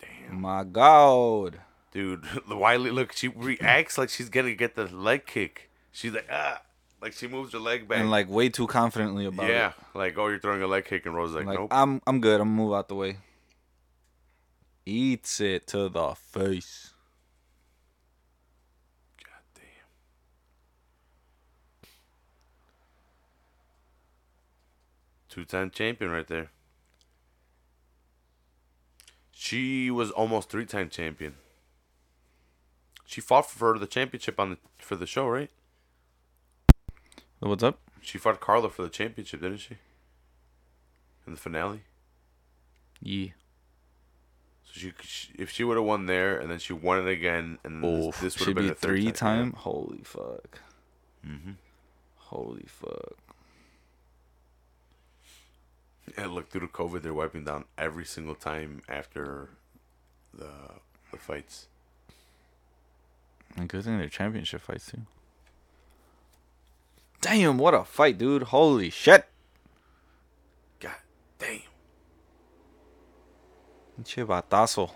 S4: Damn. My God.
S1: Dude, the Wiley look, she reacts like she's gonna get the leg kick. She's like, ah, like she moves her leg back.
S4: And like way too confidently about it.
S1: yeah, like oh, you're throwing a leg kick, and Rose like,
S4: Like
S1: nope.
S4: I'm I'm good. I'm gonna move out the way. Eats it to the face.
S1: God damn. Two-time champion right there. She was almost three-time champion. She fought for the championship on the for the show, right?
S4: What's up?
S1: She fought Carla for the championship, didn't she? In the finale.
S4: Yeah.
S1: So she, she if she would have won there and then she won it again and then
S4: Oh,
S1: this, this would
S4: should
S1: have been
S4: be
S1: the third
S4: three
S1: time.
S4: time. Holy fuck. Mm-hmm. Holy fuck.
S1: Yeah, look through the COVID, they're wiping down every single time after the the fights.
S4: And good thing they're championship fights too. Damn, what a fight, dude. Holy shit.
S1: God damn.
S4: Chibatazo.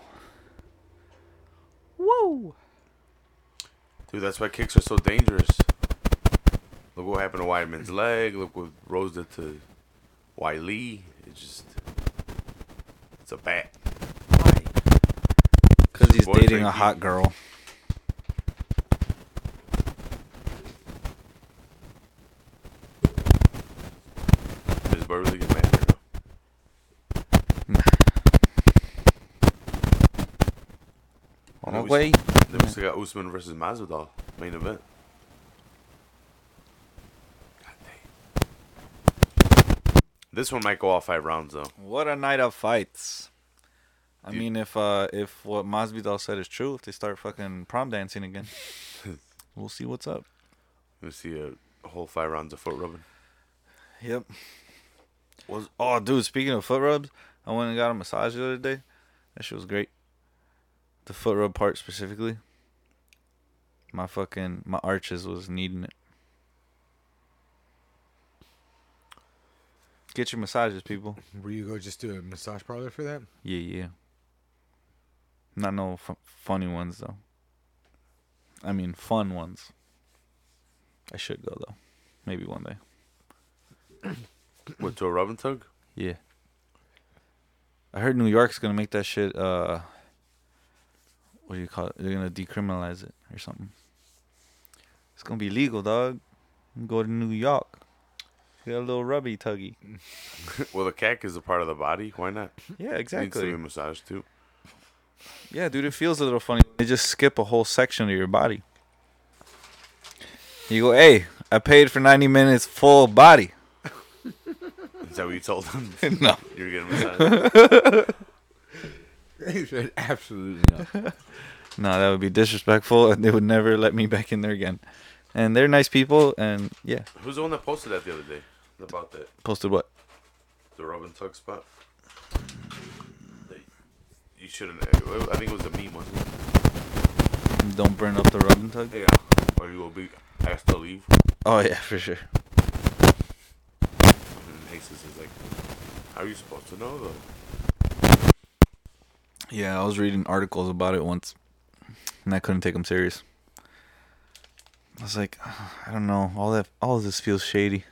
S4: Woo.
S1: Dude, that's why kicks are so dangerous. Look what happened to Weidman's leg. Look what Rose did to Wiley. It's just, it's a bat.
S4: Because he's
S1: Boy,
S4: dating a
S1: Frankie.
S4: hot girl.
S1: There's barely a man here.
S4: On
S1: No,
S4: the
S1: we
S4: way.
S1: Then we still got Usman versus Masvidal main event. God damn. This one might go all five rounds though.
S4: What a night of fights. I
S1: Dude.
S4: mean, if uh, if what Masvidal said is true, if they start fucking prom dancing again, we'll see what's up.
S1: We see a, a whole five rounds of foot rubbing.
S4: Yep. Was oh, dude. Speaking of foot rubs, I went and got a massage the other day. That shit was great. The foot rub part specifically. My fucking my arches was needing it. Get your massages, people.
S3: Were you go just to a massage parlor for that?
S4: Yeah, yeah. Not no f- funny ones though. I mean, fun ones. I should go though. Maybe one day.
S1: What to a rub and tug?
S4: Yeah. I heard New York's gonna make that shit. Uh, what do you call it? They're gonna decriminalize it or something. It's gonna be legal, dog. Go to New York. Get a little rubby tuggy.
S1: Well, the cack is a part of the body. Why not?
S4: Yeah,
S1: Needs to be
S4: exactly.
S1: massaged too.
S4: Yeah, dude, it feels a little funny. They just skip a whole section of your body. You go, hey, I paid for 90 minutes full body.
S1: Is that what you told them?
S4: no.
S1: You're getting massaged.
S3: Absolutely not.
S4: No, that would be disrespectful, and they would never let me back in there again. And they're nice people, and yeah,
S1: Who's the one that posted that the other day about that
S4: posted what?
S1: the rub and tug spot? That You shouldn't. I think it was the meme, wasn't it?
S4: Don't burn up the rub and tug.
S1: Yeah. Or uh, you will be asked to leave.
S4: Oh yeah, for sure.
S1: And Jesus is like, how are you supposed to know though?
S4: Yeah, I was reading articles about it once, and I couldn't take them serious. I was like, I don't know, all that, all of this feels shady.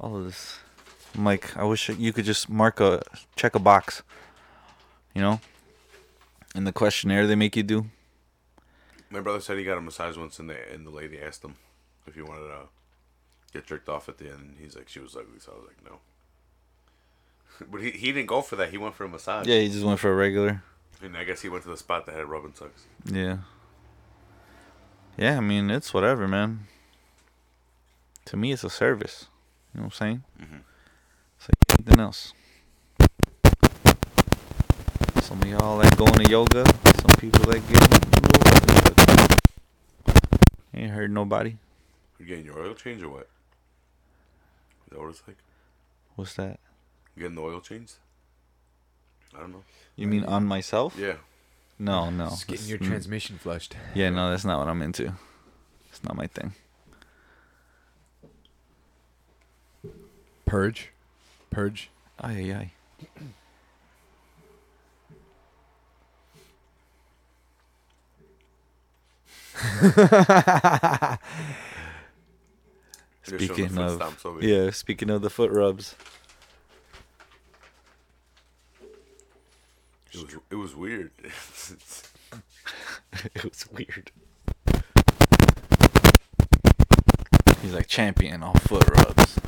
S4: All of this, I'm like, I wish you could just mark a check a box, you know, in the questionnaire they make you do.
S1: My brother said he got a massage once, and the and the lady asked him if he wanted to get jerked off at the end. And he's like, she was ugly, so I was like, no. But he, he didn't go for that. He went for a massage.
S4: Yeah, you just went for a regular.
S1: And I guess he went to the spot that had rub and tugs.
S4: Yeah. Yeah, I mean, it's whatever, man. To me, it's a service. You know what I'm saying?
S3: Mm-hmm.
S4: It's like anything else. Some of y'all like going to yoga. Some people like getting a little rub and tug. Ain't heard nobody.
S1: You getting your oil change or what? Is that what it's like?
S4: What's that?
S1: You getting the oil changed? I don't know.
S4: You mean on myself?
S1: Yeah.
S4: No, no.
S3: Just getting
S4: that's-
S3: your
S4: mm.
S3: transmission flushed.
S4: Yeah, no, that's not what I'm into. It's not my thing.
S3: Purge. Purge.
S4: Ay, ay, ay.
S1: Just showing the
S4: Speaking
S1: foot
S4: of
S1: stomps over here.
S4: yeah, speaking of the foot rubs,
S1: It was, it was weird.
S4: it was weird. He's like champion on foot rubs.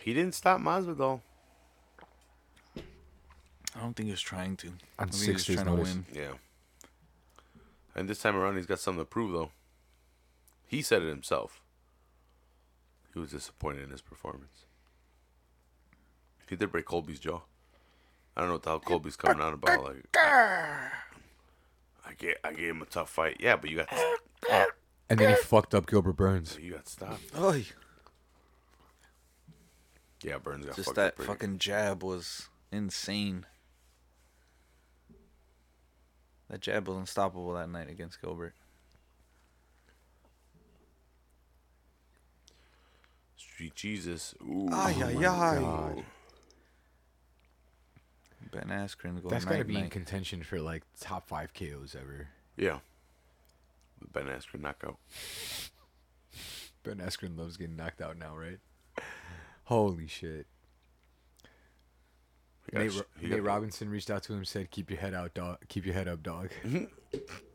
S1: he didn't stop Masvidal.
S4: I don't think he was trying to. I
S3: On
S4: think he was
S3: six days'
S4: trying to
S3: notice.
S4: win.
S1: Yeah. And this time around, he's got something to prove, though. He said it himself. He was disappointed in his performance. He did break Colby's jaw. I don't know what the hell Colby's coming out about. Like, I, I get, I gave him a tough fight. Yeah, but you got,
S3: And then he fucked up Gilbert Burns.
S1: you got stopped.
S4: Oh,
S1: Yeah, Burns got
S4: just
S1: fucked
S4: that
S1: up pretty-
S4: fucking jab was insane. That jab was unstoppable that night against Gilbert.
S1: Street Jesus. Ooh.
S4: Ben Askren going
S3: That's
S4: night
S3: gotta be in
S4: night.
S3: contention for like top five KOs ever.
S1: Yeah. The Ben Askren knockout.
S3: Ben Askren loves getting knocked out now, right? Holy shit.
S1: He got
S3: Nate,
S1: sh-
S3: Ro-
S1: he
S3: Nate
S1: got-
S3: Robinson reached out to him, said, "Keep your head out, dog. Keep your head up, dog.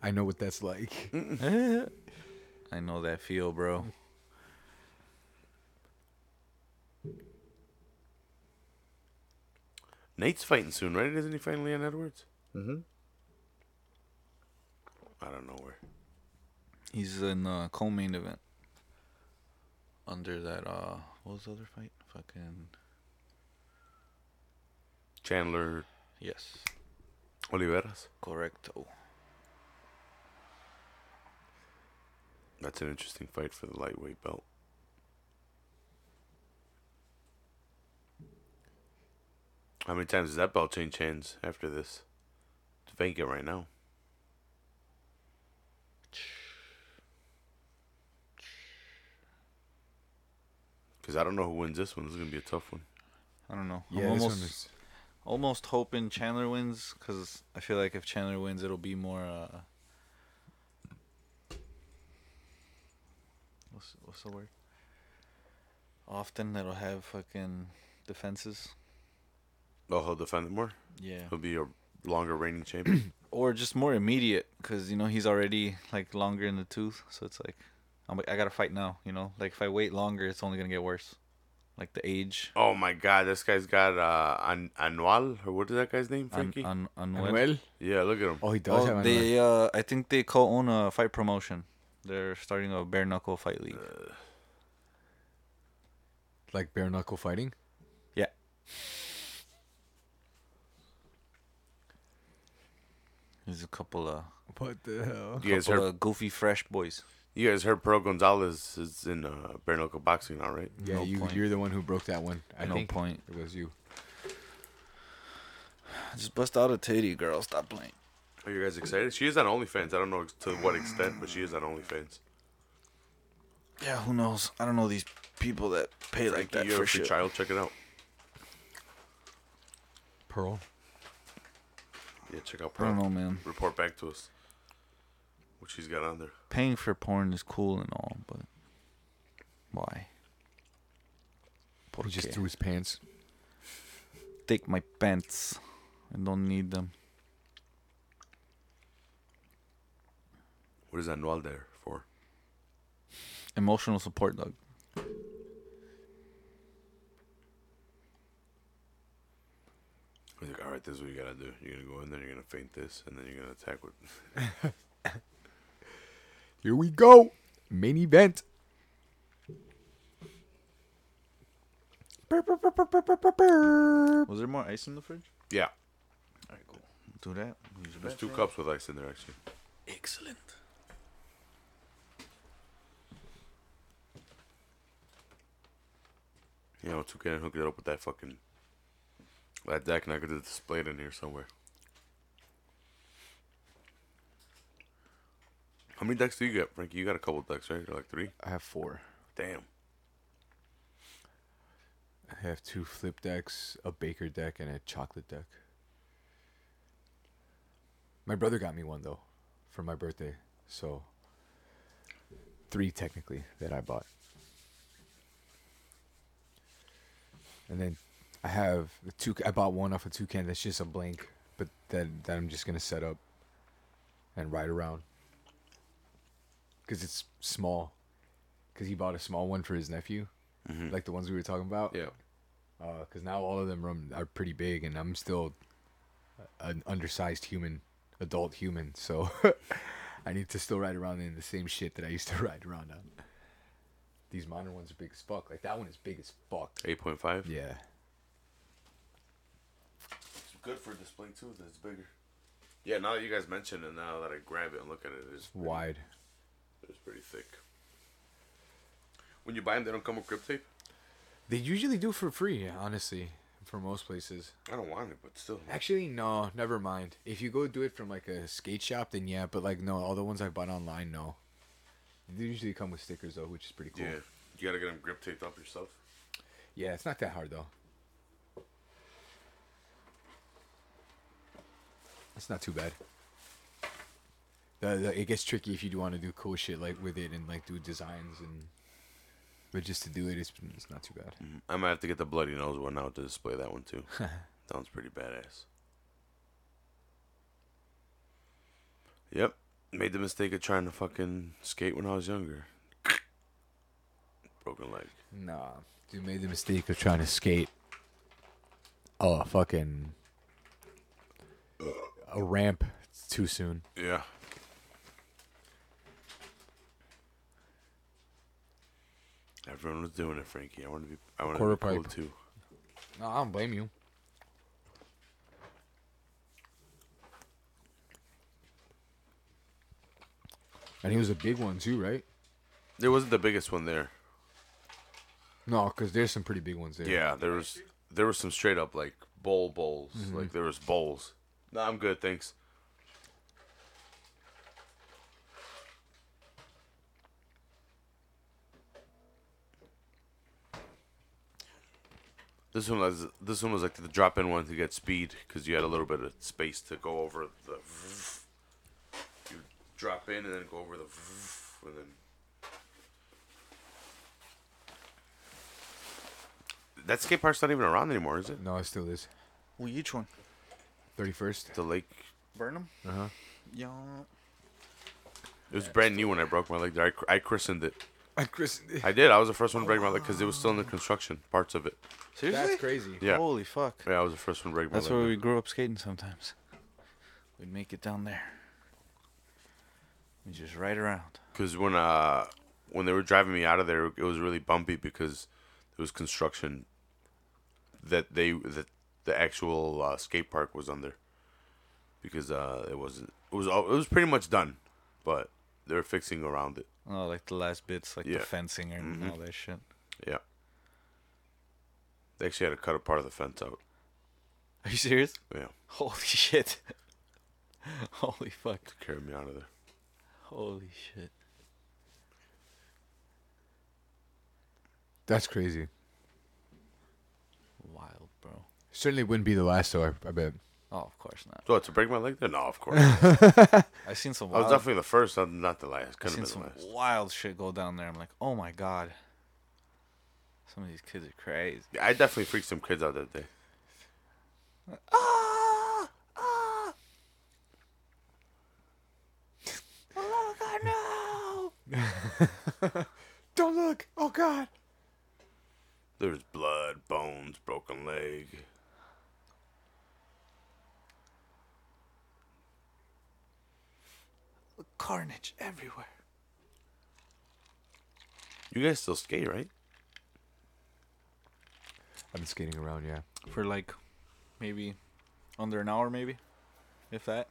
S3: I know what that's like."
S4: I know that feel, bro.
S1: Nate's fighting soon, right? Isn't he fighting Leon Edwards? Mm-hmm. I don't know where.
S4: He's in the co-main event. Under that, uh, what was the other fight? Fucking
S1: Chandler
S4: yes,
S1: Oliveras.
S4: correcto.
S1: That's an interesting fight for the lightweight belt. How many times does that belt change hands after this? It's vacant right now. Because I don't know who wins this one. This is going to be a tough one.
S4: I don't know.
S3: Yeah,
S4: I'm
S3: this one
S4: almost
S3: is-
S4: almost hoping Chandler wins because I feel like if Chandler wins, it'll be more. Uh, what's what's the word? Often it'll have fucking defenses.
S1: Oh, he'll defend it more.
S4: Yeah.
S1: He'll be a longer reigning champion.
S4: or just more immediate because you know he's already like longer in the tooth so it's like I'm, like, i gotta fight now you know like if i wait longer it's only gonna get worse like the age
S1: oh my God, this guy's got uh, An- Anual or what is that guy's name,
S4: on,
S1: Frankie?
S4: on, on
S3: Manuel?
S1: yeah, look at him.
S3: Oh, he does have
S4: oh,
S3: an
S4: they uh i think they co-own a fight promotion they're starting a bare knuckle fight league
S3: like bare knuckle fighting.
S4: yeah there's a couple of
S3: What the hell?
S1: You guys
S4: couple
S1: heard
S4: of goofy fresh boys
S1: You guys heard Pearl Gonzalez is in uh, bare knuckle boxing now, right?
S3: Yeah,
S4: No
S3: you,
S4: point.
S3: you're the one who broke that one. I
S4: No
S3: think
S4: point.
S3: It was you.
S4: just bust out a titty girl stop playing
S1: Are you guys excited? She is on OnlyFans. I don't know ex- to what extent, but she is on OnlyFans.
S4: yeah who knows i don't know these people that pay like
S1: Frankie,
S4: that
S1: you
S4: for
S1: ever see
S4: shit.
S1: child? Check it out.
S3: Pearl.
S1: Yeah, check out
S4: I
S1: Pearl.
S4: don't know, man.
S1: Report back to us what she's got on there.
S4: Paying for porn is cool and all, but why? Por
S3: He just
S4: qué?
S3: threw his pants.
S4: take my pants. I don't need them.
S1: What is Anual there for?
S4: Emotional support, dog.
S1: He's like, all right, this is what you gotta do. You're gonna go in there, you're gonna faint this, and then you're gonna attack with.
S3: Here we go. Main event. Burr, burr, burr, burr, burr, burr, burr, burr.
S4: Was there more ice in the fridge?
S1: yeah,
S4: All right, cool. Do that. Use the
S1: there's two
S4: bathroom.
S1: cups with ice in there actually.
S4: Excellent.
S1: You know, two can hook it up with that fucking that deck, and I could have displayed in here somewhere. How many decks do you get, Frankie? You got a couple decks, right? Or like three?
S3: I have four.
S1: Damn.
S3: I have two flip decks, a baker deck, and a chocolate deck. My brother got me one though, for my birthday. So three technically that I bought. And then I have the two. I bought one off a of toucan. That's just a blank, but that that I'm just gonna set up and ride around because it's small. Because he bought a small one for his nephew, like the ones we were talking about
S1: Yeah.
S3: because now all of them are- are pretty big, and I'm still an undersized human, adult human. So I need to still ride around in the same shit that I used to ride around on. These modern ones are big as fuck. Like that one is big as fuck.
S1: 8.5.
S3: Yeah.
S1: It's good for display too. That's bigger. Yeah. Now that you guys mentioned it, now that I grab it and look at it, it's pretty-
S3: Wide.
S1: It's pretty thick. When you buy them, they don't come with grip tape.
S3: They usually do for free, honestly, for most places.
S1: I don't want it, but still.
S3: Actually, no, never mind. If you go do it from like a skate shop, then yeah, but like no, all the ones I bought online, no. They usually come with stickers though, which is pretty cool.
S1: Yeah. You gotta get them grip taped up yourself.
S3: Yeah, it's not that hard though. It's not too bad. The, the, it gets tricky if you do want to do cool shit like with it and like do designs and. But just to do it, it's, it's not too bad.
S1: I might have to get the bloody nose one out to display that one too. that one's pretty badass. Yep. Made the mistake of trying to fucking skate when I was younger. Broken leg.
S3: Nah, dude made the mistake of trying to skate. Oh fucking. A ramp too soon.
S1: Yeah. Everyone was doing it, Frankie. I want to be. I want to
S3: Quarter
S1: be cool
S3: pipe.
S1: too.
S3: No, I don't blame you. And he was a big one too, right?
S1: There wasn't the biggest one there.
S3: No, because there's some pretty big ones there.
S1: Yeah, there was there was some straight up like bowl bowls. Like there was bowls. No, I'm good, thanks. This one was this one was like the drop in one to get speed because you had a little bit of space to go over the. You drop in and then go over the, and then that skate park's not even around anymore, is it?
S3: No, it still is.
S4: Well, each one.
S3: Thirty first.
S1: The lake
S4: Burnham.
S3: Uh huh.
S4: Yeah.
S1: It was brand new when I broke my leg there. I, cr- I christened it.
S3: I christened it.
S1: I did. I was the first one to break my leg because it was still in the construction, parts of it.
S4: Seriously?
S3: That's crazy.
S1: Yeah.
S4: Holy fuck.
S1: Yeah, I was the first one to break my
S4: That's
S1: leg.
S4: where
S1: there.
S4: we grew up skating sometimes. We'd make it down there. We just ride around.
S1: because when uh when they were driving me out of there, it was really bumpy because there was construction that they that the actual uh, skate park was under because uh it wasn't it was all, it was pretty much done, but they were fixing around it.
S4: Oh, like the last bits, like
S1: Yeah.
S4: the fencing and all that shit.
S1: Yeah, they actually had to cut a part of the fence out.
S4: Are you serious?
S1: Yeah,
S4: Holy shit. Holy fuck.
S1: to carry me out of there.
S4: Holy shit.
S3: That's crazy.
S4: Wild, bro.
S3: Certainly wouldn't be the last though. I, I bet.
S4: Oh, of course not.
S1: So to break my leg there? No, of course.
S4: I've seen some
S1: I
S4: wild,
S1: was definitely the first, not, not the last.
S4: I've
S1: Could have
S4: seen
S1: been the
S4: some
S1: last.
S4: wild shit go down there. I'm like, oh my god. Some of these kids are crazy.
S1: Yeah, I definitely freaked some kids out that day.
S4: Ah! Ah! Oh god, no!
S3: Don't look. Oh God.
S1: There was blood, bones, broken leg.
S4: Carnage everywhere.
S1: You guys still skate, right?
S3: I've been skating around. Yeah.
S4: For like maybe under an hour, maybe? If that.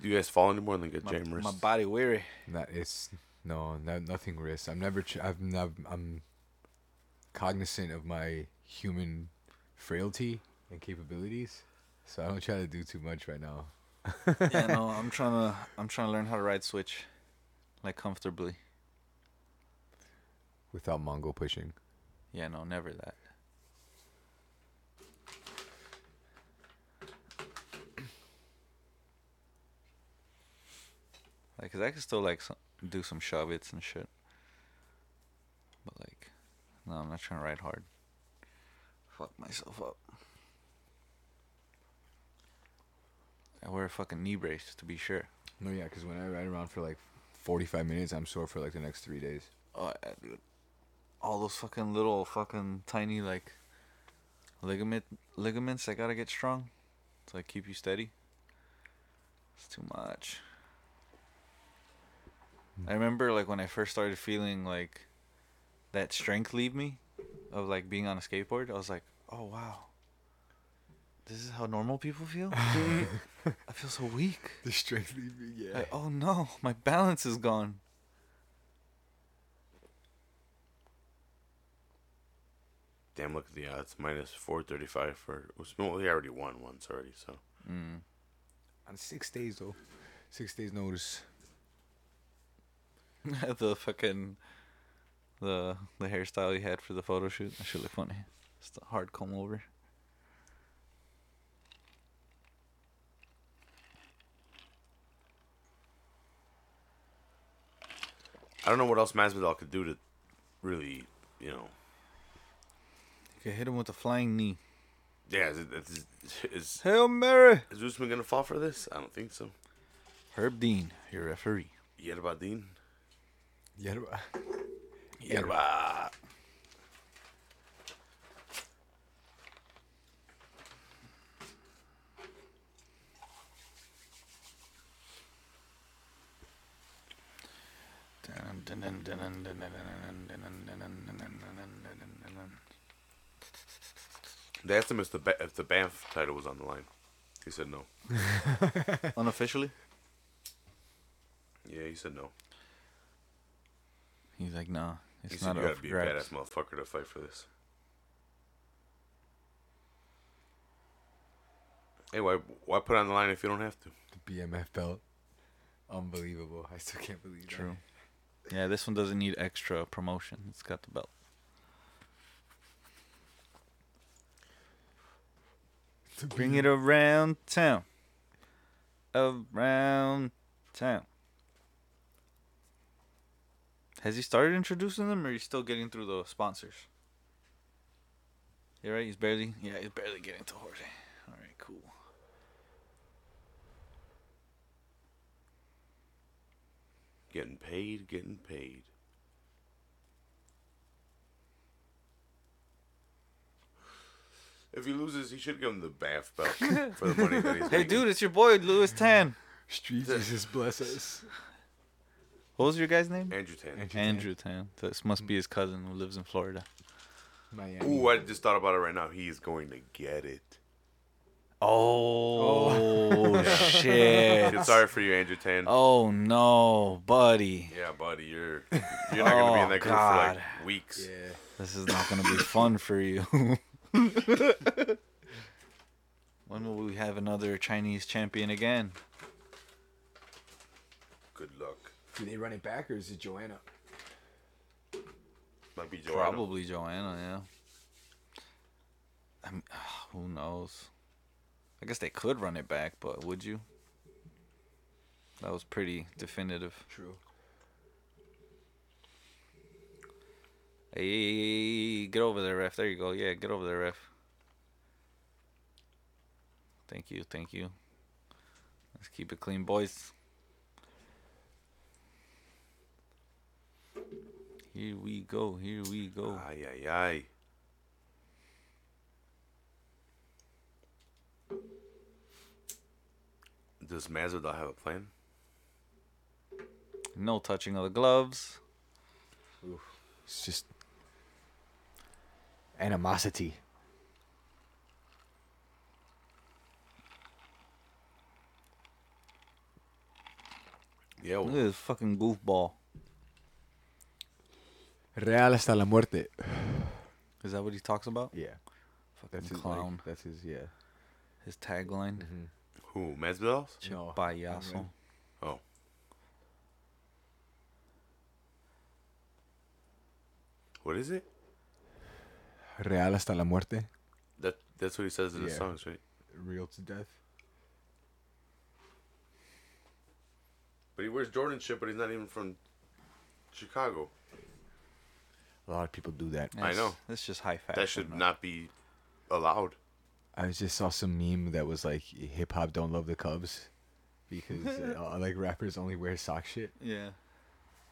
S1: Do you guys fall anymore and then get
S4: My,
S1: jam
S4: my
S1: wrists?
S4: body weary.
S3: Not it's no, no nothing risk. I'm never. Ch- I've never. I'm cognizant of my human frailty and capabilities, so I don't try to do too much right now.
S4: yeah, no, I'm trying to I'm trying to learn how to ride switch, like comfortably.
S3: Without Mongo pushing,
S4: Yeah, no, never that. Like, cause I can still like so- do some shove its and shit. But like, no, I'm not trying to ride hard. Fuck myself up. I wear a fucking knee brace to be sure.
S3: No, yeah, because when I ride around for like 45 minutes, I'm sore for like the next three days.
S4: Oh, yeah, dude. All those fucking little fucking tiny like ligament ligaments that gotta get strong to like keep you steady. It's too much. I remember like when I first started feeling like that strength leave me of like being on a skateboard. I was like, oh wow, this is how normal people feel. I feel so weak.
S3: The strength leaving, yeah.
S4: Like, oh no, my balance is gone.
S1: Damn, look at the odds. Minus 435 for. Well, he already won once already, so.
S3: On six days, though. Six days notice.
S4: the fucking the the hairstyle he had for the photo shoot. That should look funny. Just a hard comb over.
S1: I don't know what else Masvidal could do to really, you know.
S4: You could hit him with a flying knee.
S1: Yeah, is, it- is, is,
S4: Hail Mary.
S1: is Usman going to fall for this? I don't think so.
S4: Herb Dean, your referee.
S1: Yerba Dean?
S3: Yeah.
S1: Yerba. They asked him if the, ba- if the Banff title was on the line. He said no.
S4: Unofficially,
S1: Yeah, he said no.
S4: he's like, nah, it's
S1: He
S4: not
S1: said you
S4: up
S1: gotta
S4: for
S1: be a badass
S4: grabs.
S1: motherfucker to fight for this. Hey, why why put it on the line if you don't have to?
S3: The BMF belt. Unbelievable. I still can't believe that.
S4: True. Yeah, this one doesn't need extra promotion. It's got the belt. Bring it around town. Around town. Has he started introducing them or he's still getting through the sponsors? Yeah, right? He's barely yeah, he's barely getting to Jorge. Alright, cool.
S1: Getting paid, getting paid. If he loses, he should give him the bath belt for the money that he's
S4: Hey
S1: making.
S4: dude, it's your boy Louis Tan.
S3: Street Jesus bless us.
S4: What was your guy's name?
S1: Andrew Tan.
S3: Andrew Tan.
S4: Andrew Tan. This must be his cousin who lives in Florida.
S3: Miami.
S1: Ooh, I just thought about it right now. He is going to get it.
S4: Oh, shit.
S1: Shit, sorry for you, Andrew Tan.
S4: Oh no, buddy.
S1: Yeah, buddy, you're you're not gonna be in
S4: Oh,
S1: that group for
S4: God.
S1: like weeks.
S3: Yeah.
S4: This is not gonna be fun for you. when will we have another Chinese champion again?
S1: Good luck.
S3: Do they run it back or is it Joanna?
S1: Might be Joanna.
S4: Probably Joanna, yeah. I mean, who knows? I guess they could run it back, but would you? That was pretty definitive.
S3: True.
S4: Hey, get over there, ref. There you go. Yeah, get over there, ref. Thank you, thank you. Let's keep it clean, boys. Here we go. Here we go.
S1: Ay, ay, ay. Does Masvidal have a plan?
S4: No touching of the gloves.
S3: It's just animosity.
S1: Yeah,
S4: Look at this fucking goofball.
S3: Real hasta la muerte.
S4: Is that what he talks about?
S3: Yeah.
S4: Fucking
S3: That's his like,
S4: clown.
S3: that's his yeah.
S4: his tagline.
S1: Mm-hmm. who? Masvidal's?
S3: No.
S4: Payaso.
S3: Alright.
S1: Oh, what is it?
S3: Real hasta la muerte.
S1: That that's what he says in his
S3: Yeah.
S1: songs, right?
S3: Real to death.
S1: But he wears Jordan shit, but he's not even from Chicago.
S3: A lot of people do that.
S1: I know.
S4: That's just high fashion.
S1: That should
S4: man.
S1: not be allowed.
S3: I just saw some meme that was like hip hop don't love the Cubs because uh, like rappers only wear sock shit.
S4: Yeah.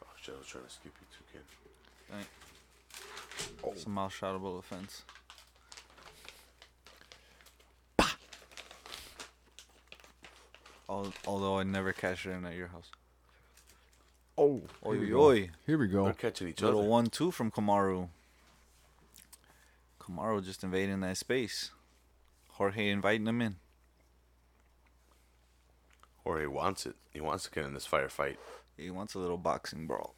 S1: Oh shit! I was trying to skip you too, kid.
S4: Right.
S3: Oh.
S4: It's a malshottable offense. Al- Although I never cashed in at your house.
S3: Oh,
S4: Oi,
S3: here we
S4: oi,
S3: go.
S4: oi.
S3: Here
S1: We're
S3: we go.
S1: catching each other.
S4: Little one two from Kamaru. Kamaru just invading that space. Jorge inviting him in.
S1: Or he wants it. He wants to get in this firefight.
S4: He wants a little boxing brawl.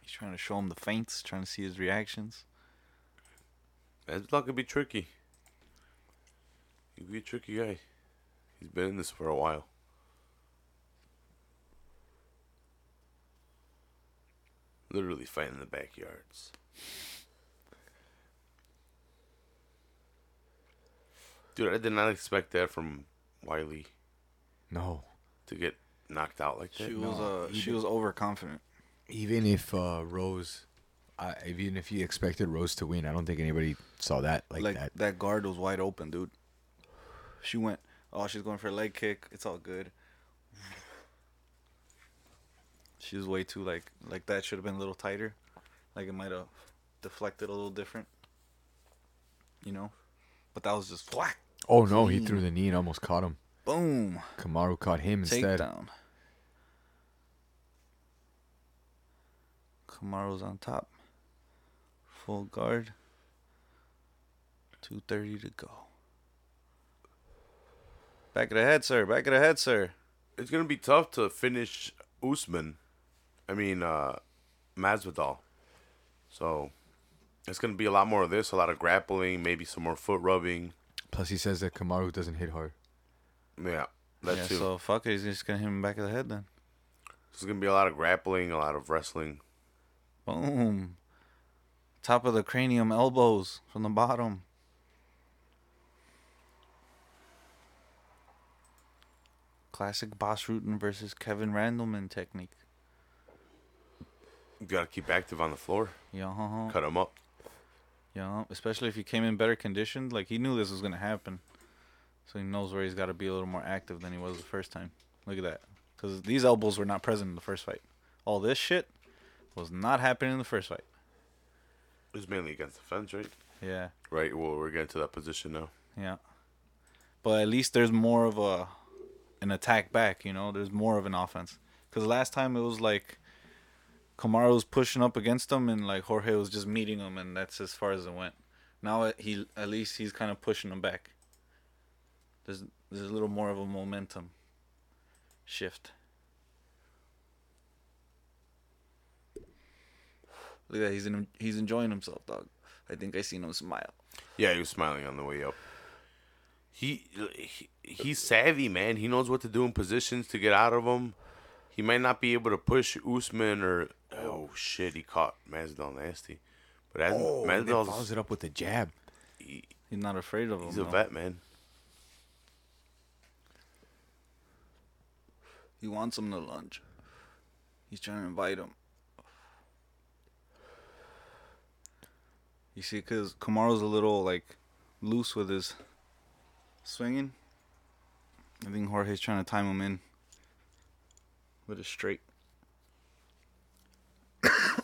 S4: He's trying to show him the feints, trying to see his reactions.
S1: That's not gonna be tricky. He'd be a tricky guy. He's been in this for a while. Literally fighting in the backyards. Dude, I did not expect that from Wiley
S3: No,
S1: to get knocked out like that.
S4: She was uh, she was overconfident.
S3: even if uh, Rose, I, even if you expected Rose to win, I don't think anybody saw that like,
S4: Like,
S3: that.
S4: that. guard was wide open, dude. She went, oh, she's going for a leg kick. It's all good. She was way too like like that should have been a little tighter. Like it might have deflected a little different. You know? But that was just whack.
S3: Oh no, he threw the knee and almost caught him.
S4: Boom.
S3: Kamaru caught him instead.
S4: Takedown. Kamaro's on top. Full guard. 2.30 to go. Back of the head, sir. Back of the head, sir.
S1: It's gonna be tough to finish Usman. I mean, uh, Masvidal. So it's gonna be a lot more of this, a lot of grappling, maybe some more foot rubbing.
S3: Plus, he says that Kamaru doesn't hit hard.
S1: Yeah, that's
S4: yeah,
S1: too.
S4: so fuck it. He's just going to hit him back of the head then.
S1: It's gonna be a lot of grappling, a lot of wrestling.
S4: Boom. Top of the cranium, elbows from the bottom. Classic Boss Rutan versus Kevin Randleman technique.
S1: You gotta keep active on the floor.
S4: Yeah. uh-huh.
S1: Cut him up.
S4: Yeah, especially if he came in better conditioned. Like he knew this was gonna happen, so he knows where he's got to be a little more active than he was the first time. Look at that, because these elbows were not present in the first fight. All this shit was not happening in the first fight.
S1: It was mainly against the fence, right?
S4: Yeah,
S1: Right. Well, we're getting to that position now.
S4: yeah. But at least there's more of a an attack back. You know, there's more of an offense. Because last time it was like Kamara was pushing up against him, and like Jorge was just meeting him, and that's as far as it went. Now it- he at least he's kind of pushing him back. There's there's a little more of a momentum shift. Look at that, he's in, he's enjoying himself, dog. I think I seen him smile.
S1: Yeah, he was smiling on the way up. He, he he's savvy, man. He knows what to do in positions to get out of them. He might not be able to push Usman or oh shit, he caught Masvidal nasty. But as
S3: and then follows
S1: Masvidal's
S3: it up with a jab.
S4: He's not afraid of him.
S1: he's a
S4: though.
S1: vet, man.
S4: He wants him to lunge. He's trying to invite him. You see, because Kamaro's a little like loose with his swinging. I think Jorge's trying to time him in with a straight.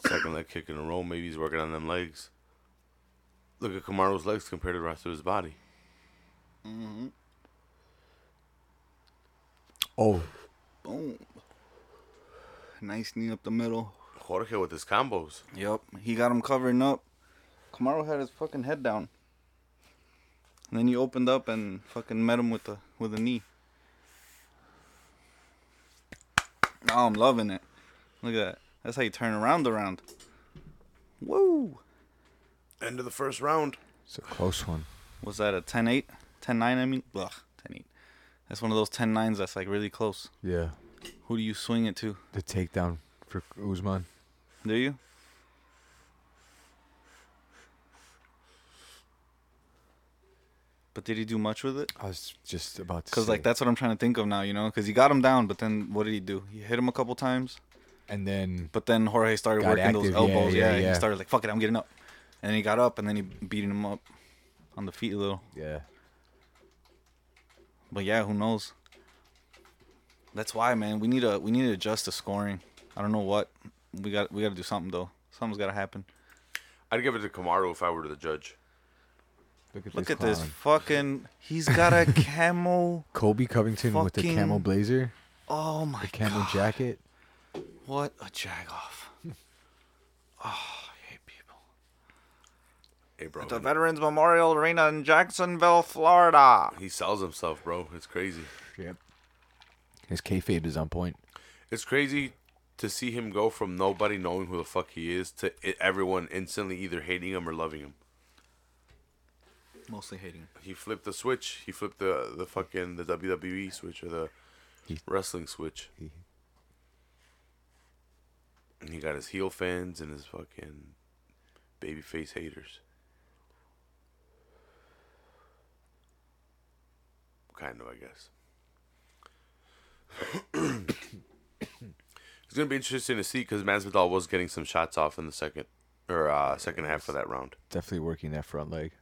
S1: Second leg kick in a row. Maybe he's working on them legs. Look at Kamaro's legs compared to the rest of his body.
S3: Oh,
S4: Boom. Nice knee up the middle.
S1: Jorge with his combos.
S4: Yep, he got him covering up. Kamaro had his fucking head down. And then he opened up and fucking met him with the with a knee. Oh, I'm loving it. Look at that. That's how you turn around around. Woo!
S1: End of the first round.
S3: it's a close one.
S4: Was that a 10-8? 10-9 I mean? Ugh, 10-8. That's one of those 10-9s that's like really close.
S3: Yeah,
S4: Who do you swing it to?
S3: the takedown for Usman.
S4: Do you? But did he do much with it?
S3: I was just about to.
S4: Because like
S3: say.
S4: that's what I'm trying to think of now, you know. Because he got him down, but then what did he do? He hit him a couple times,
S3: and then
S4: but then Jorge started
S3: Got
S4: working those
S3: active, yeah,
S4: elbows.
S3: yeah,
S4: Yeah,
S3: yeah.
S4: he started like fuck it, I'm getting up, and then he got up, and then he beating him up on the feet a little.
S3: yeah,
S4: But yeah, who knows? That's why, man. We need to we need to adjust the scoring. I don't know what we got. We got to do something though. Something's got to happen.
S1: I'd give it to Kamaru if I were the judge.
S3: look at
S4: Look
S3: this.
S4: at this
S3: clown.
S4: fucking. He's got a camo.
S3: Kobe Covington with the camel
S4: fucking-
S3: blazer,
S4: Oh my
S3: camel
S4: god!
S3: jacket.
S4: What a jag off. oh, I hate people.
S1: Hey, bro.
S4: The Veterans Memorial Arena in Jacksonville, Florida.
S1: He sells himself, bro. It's crazy.
S3: Yep. His kayfabe is on point.
S1: It's crazy to see him go from nobody knowing who the fuck he is to i- everyone instantly either hating him or loving him.
S4: Mostly hating.
S1: He flipped the switch. He flipped the the fucking the WWE switch or the
S3: He-
S1: wrestling switch.
S3: He-
S1: And he got his heel fans and his fucking babyface haters. Kind of, I guess. it's gonna be interesting to see because Masvidal was getting some shots off in the second or uh, second half of that round.
S3: Definitely working that front leg.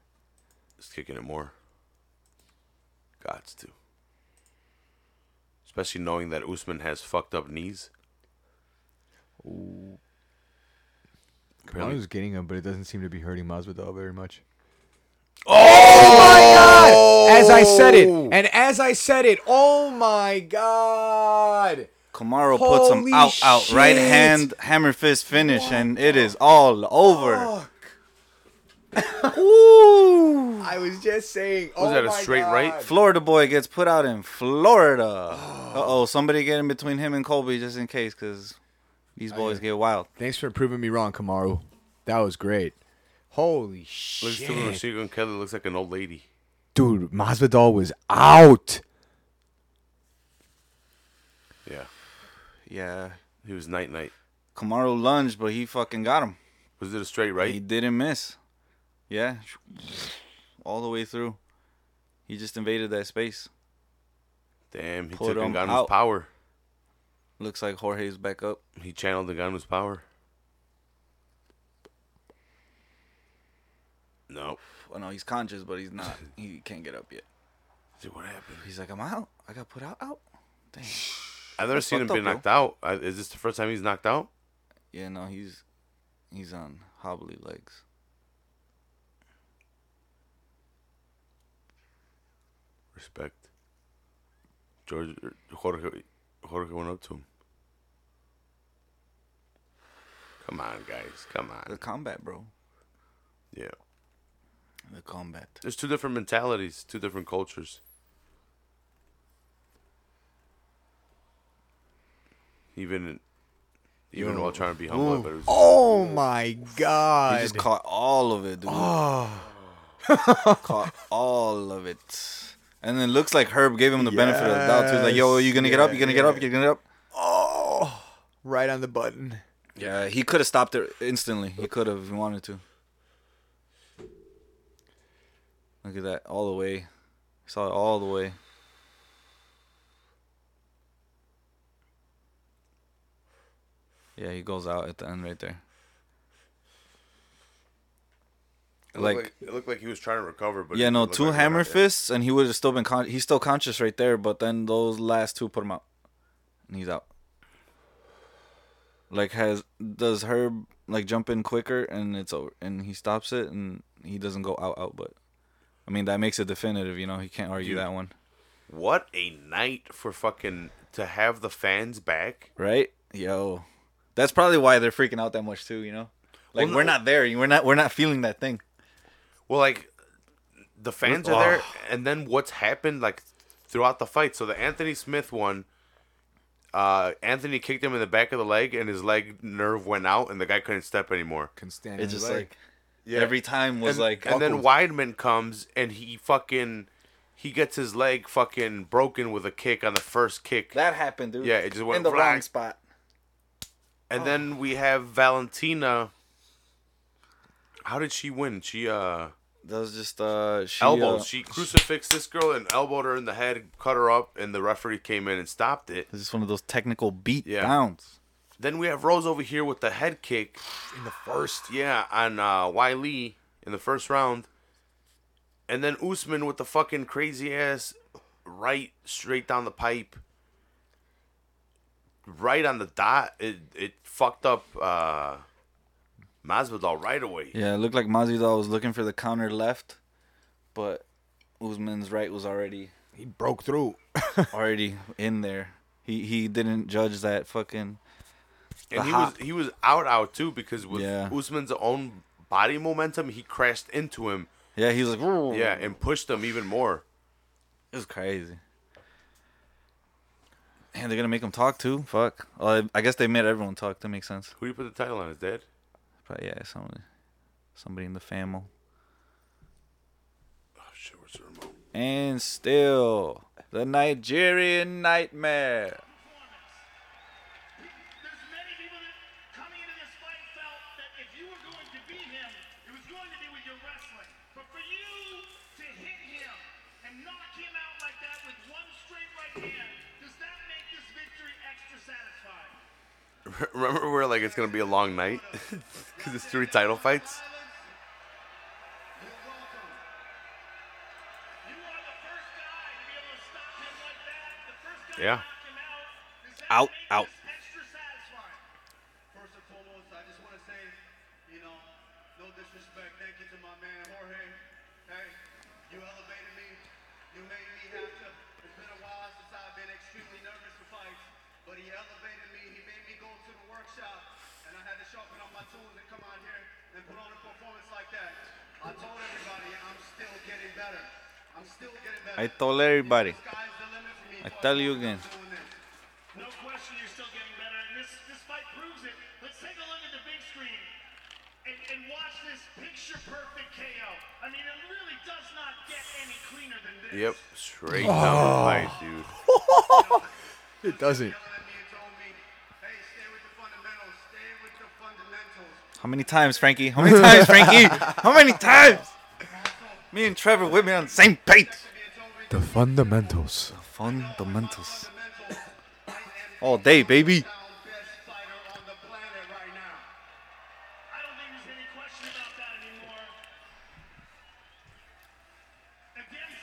S1: He's kicking it more. Gots to. Especially knowing that Usman has fucked up knees. Apparently-
S3: Kamaru's getting him, but it doesn't seem to be hurting Masvidal very much. Oh my god! As I said it, and as I said it, oh my god!
S4: Kamaro puts him
S3: Holy
S4: out, out, right
S3: shit.
S4: hand, hammer fist finish, and it is all over.
S3: Ooh! I was just saying. Was oh
S1: that a
S3: my
S1: straight right?
S3: God.
S4: Florida boy gets put out in Florida. Uh oh, somebody get in between him and Colby just in case, because these boys get wild.
S3: Thanks for proving me wrong, Kamaru. That was great. Holy
S1: Looks to
S3: shit,
S1: him, Sugar and Kelly looks like an old lady.
S3: dude! Masvidal was out.
S1: Yeah.
S4: Yeah.
S1: He was night night.
S4: Kamaro lunged, but he fucking got him.
S1: Was it a straight
S4: He
S1: right?
S4: didn't miss. Yeah. All the way through. He just invaded that space.
S1: Damn, he
S4: Pulled
S1: took
S4: him
S1: Ngannou's
S4: out.
S1: power.
S4: Looks like Jorge's back up.
S1: He channeled Ngannou's power. No.
S4: Well, no, he's conscious, but he's not. He can't get up yet.
S1: Dude, what happened?
S4: He's like, I'm out. I got put out. Out. Damn.
S1: I've never seen him
S4: fucked
S1: be
S4: up, bro.
S1: knocked out. I, is this the first time he's knocked out?
S4: Yeah, no, he's he's on hobbly legs.
S1: Respect. George er, Jorge Jorge went up to him. Come on, guys. Come
S4: The
S1: on.
S4: combat, bro.
S1: Yeah.
S4: The combat.
S1: There's two different mentalities, two different cultures. Even even while trying to be humble, but it was,
S3: Oh my god!
S4: He just caught all of it, dude.
S3: Oh. Ah.
S4: caught all of it. And then looks like Herb gave him the benefit of the doubt too. He's Like, yo, you gonna get up? You gonna get up? You gonna get up?
S3: Oh. right on the button.
S4: Yeah, he could have stopped it instantly. He could have if he wanted to. Look at that, all the way. Saw it all the way. Yeah, he goes out at the end right there.
S1: it looked
S4: like-
S1: like, it looked like he was trying to recover, but it
S4: Yeah, no,
S1: looked
S4: two
S1: like he
S4: hammer
S1: went out, yeah.
S4: fists, and he would have still been con- he's still conscious right there, but then those last two put him out, and he's out. Like, has does Herb like jump in quicker, and it's over, and he stops it, and he doesn't go out out, but I mean that makes it definitive, you know. He can't argue
S1: Dude.
S4: that one,
S1: What a night for fucking to have the fans back.
S4: right? Yo, that's probably why they're freaking out that much too, you know. Like
S1: Well,
S4: we're
S1: no-
S4: not there, we're not we're not feeling that thing.
S1: Well, like the fans are there, and then what's happened like throughout the fight. So the Anthony Smith one, uh, Anthony kicked him in the back of the leg, and his leg nerve went out, and the guy couldn't step anymore.
S3: Can stand.
S4: It's just like
S1: Yeah.
S4: every time was
S1: and,
S4: like
S1: and then Weidman comes and he fucking he gets his leg fucking broken with a kick on the first kick.
S4: that happened, dude.
S1: Yeah, it just went
S4: in the wrong
S1: black.
S4: spot.
S1: and then we have Valentina. How did she win? She uh
S4: That was just uh she
S1: elbow.
S4: uh,
S1: she crucifixed this girl and elbowed her in the head, cut her up, and the referee came in and stopped it.
S4: This is one of those technical beat
S1: Yeah.
S4: downs.
S1: Then we have Rose over here with the head kick.
S3: in the first.
S1: Yeah, on uh, Wiley in the first round. And then Usman with the fucking crazy ass right straight down the pipe. Right on the dot. It it fucked up uh Masvidal right away.
S4: Yeah, it looked like Masvidal was looking for the counter left, but Usman's right was already
S3: He broke through.
S4: already in there. He he didn't judge that fucking
S1: and
S4: the
S1: he
S4: hop.
S1: was he was out out too because with
S4: Yeah.
S1: Usman's own body momentum, he crashed into him.
S4: Yeah, he was like "Whoa."
S1: Yeah, and pushed him even more.
S4: It was crazy. And they're gonna make him talk too. Fuck. Well, I, I guess they made everyone talk. That makes sense.
S1: Who do you put the title on? His dad?
S4: Probably yeah, somebody, somebody in the family.
S1: Oh shit, where's the remote?
S4: And still, the Nigerian nightmare.
S7: There's many people that coming into this fight felt that if you were going to beat him, it was going to be with your wrestling. But for you to hit him and knock him out like that with one straight right hand, does that make this victory extra satisfying?
S1: Remember where like it's gonna be a long night because it's three title fights.
S7: You are the first guy to be able to stop him like that. The first guy
S1: Yeah.
S7: to knock him out. Does that
S4: Out,
S7: make
S4: out.
S7: this extra satisfying?
S5: First and foremost, I just want to say, you know, no disrespect. Thank you to my man Jorge. Hey, you elevated me. You made me have to. It's been a while since I've been extremely nervous for fights, but he elevated me. He made me go to the workshop, and I had to sharpen up my tools and come out here and put on a performance like that. I told everybody I'm still getting better. I'm still getting better.
S4: I told everybody.
S5: Sky's the limit for me.
S4: I
S5: boys.
S4: tell you again.
S5: Doing this.
S7: No question, you're still getting better, and this this fight proves it. Let's take a look at the big screen and, and watch this picture perfect KO. I mean, it really does not get any cleaner than this.
S1: Yep, straight
S4: Oh.
S1: down the pipe, dude.
S3: It doesn't.
S5: yelling at me and told me, hey, stay with the fundamentals, stay with the fundamentals.
S4: How many times, Frankie? How many times, Frankie? How many times? Me and Trevor with me on the same page.
S3: The fundamentals.
S4: Fundamentals. All day, baby.
S5: Sound best fighter on the planet right now.
S7: I don't think there's any question about that anymore. Against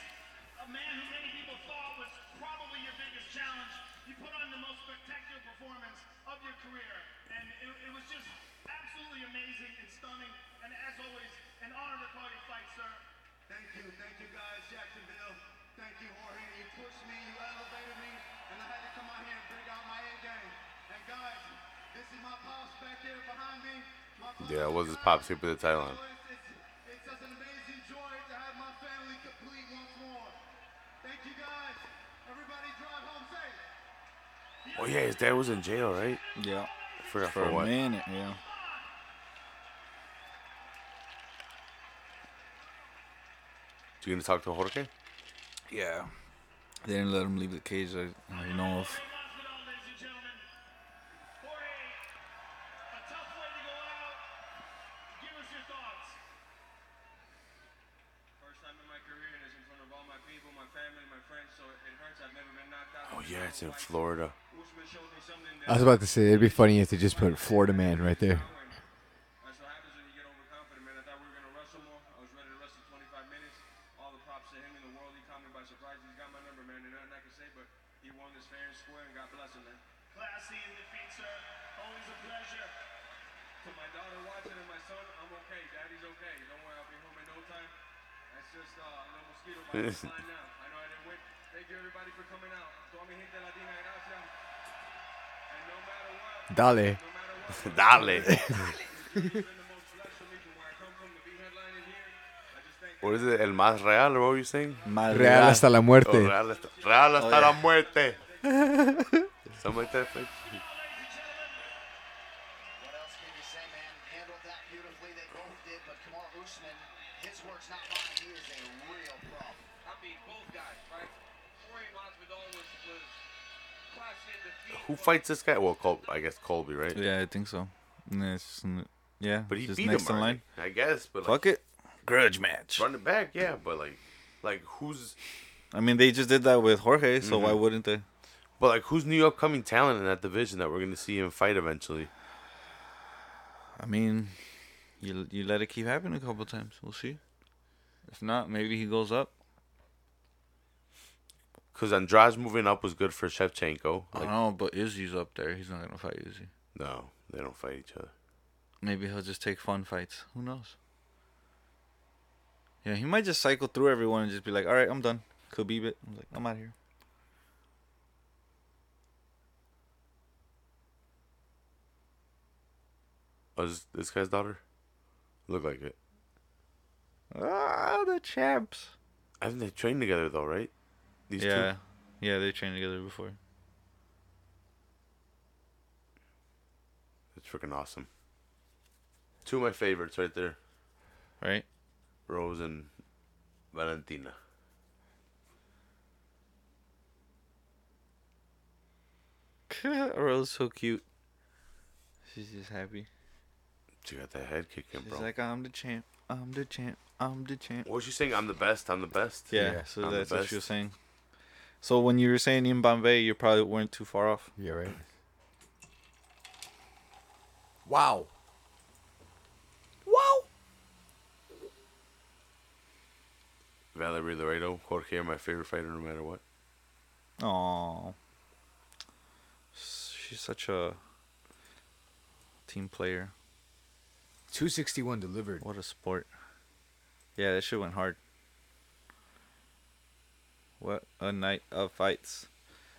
S7: a man who many people thought was probably your biggest challenge, you put on the most spectacular performance of your career. And it, it was just absolutely amazing and stunning. And as always, an honor to call your fight, sir.
S5: Thank you, thank you guys, Jacksonville. Thank you, Jorge. You pushed me, you elevated me, and I had to come out here and bring out my A game. And guys, this is my pops back there behind me. My pops
S1: Yeah, it was his pops who put the title on.
S5: It's, it's, it's such an amazing joy to have my family complete once more. Thank you guys. Everybody drive home safe.
S1: Oh yeah, his dad was in jail, right?
S4: Yeah.
S1: I forgot
S4: For
S1: for
S4: a
S1: what.
S4: minute, yeah.
S1: You gonna talk to Jorge?
S4: Yeah. They didn't let him leave the cage. I, I know
S7: Masvidal,
S4: of.
S7: ladies and gentlemen. Jorge, a tough way to go out. Give us your thoughts.
S5: First time in my career, and it's in front of all my people, my family, my friends, so it hurts. I've never been knocked out.
S1: Oh yeah, it's in Florida.
S5: Usman showed me something
S3: I
S5: that
S3: was about to say it'd be funny if they just put Florida Man right there.
S5: That's what happens when you get overconfident, man. I thought we were gonna wrestle more. I was ready to wrestle 25 minutes. All the props to him in the world. He caught me by surprise. He's got my number, man. There's nothing I can say, but he won this fair and square, and God bless him, man.
S7: Classy in defeat, sir. Always a pleasure.
S5: To my daughter watching and my son, I'm okay. Daddy's okay. Don't worry, I'll be home in no time. That's just uh, a little mosquito bite. It's fine now. I know I didn't win. Thank you everybody for coming out. Tome gente la tiene gracia. And no matter what,
S3: Dale.
S5: no matter what.
S1: Dale.
S5: It's been the most blessed for me from where I come from to be headlining here. I just thank
S1: What is it? El más real, or what were you saying?
S3: Real hasta la
S1: Oh,
S3: muerte.
S1: real hasta, real hasta
S4: Oh, yeah.
S1: la muerte. Something like that. Like,
S6: What else can you say, man? Handled that beautifully. They both did, but Kamar Usman, his work's not mine. He is a real problem.
S5: I mean, both guys, right? Jorge Masvidal was, was classy in defeat.
S1: who fights this guy? Well, Col- I guess Colby, right?
S4: Yeah, I think so. Yeah, it's just, n- yeah
S1: But he
S4: just
S1: beat
S4: next
S1: him.
S4: in line.
S1: already, I guess, but like,
S4: Fuck it. grudge match.
S1: Run it back, yeah, but like, like who's,
S4: I mean, they just did that with Jorge, so why wouldn't they?
S1: but like who's new upcoming talent in that division that we're gonna see him fight eventually?
S4: I mean, you you let it keep happening a couple times. We'll see. If not, maybe he goes up.
S1: Because Andrade moving up was good for Shevchenko.
S4: I don't
S1: Like,
S4: know, but Izzy's up there. He's not gonna fight Izzy.
S1: no, they don't fight each other.
S4: Maybe he'll just take fun fights. Who knows? Yeah, he might just cycle through everyone and just be like, "All right, I'm done." Khabib it. I'm like, I'm out here.
S1: Oh, is this guy's daughter? Look like it.
S4: Ah, the champs.
S1: I think they trained together though, right? These
S4: yeah, yeah, they trained together before.
S1: It's freaking awesome. Two of my favorites right there
S4: right?
S1: Rose and Valentina.
S4: Rose so cute. She's just happy.
S1: She got that head kicking,
S4: She's
S1: bro.
S4: like, I'm the champ. I'm the champ. I'm the champ.
S1: what was she saying? I'm the best. I'm the best.
S4: Yeah,
S3: Yeah,
S4: so
S1: I'm the
S4: that's what
S1: best.
S4: she was saying. So when you were saying in Bombay, you probably weren't too far off.
S3: Yeah, right.
S8: Wow.
S1: Valerie Laredo, Jorge, my favorite fighter, no matter what.
S4: Oh, she's such a team player.
S3: Two sixty one delivered.
S4: What a sport. Yeah, that shit went hard. What a night of fights.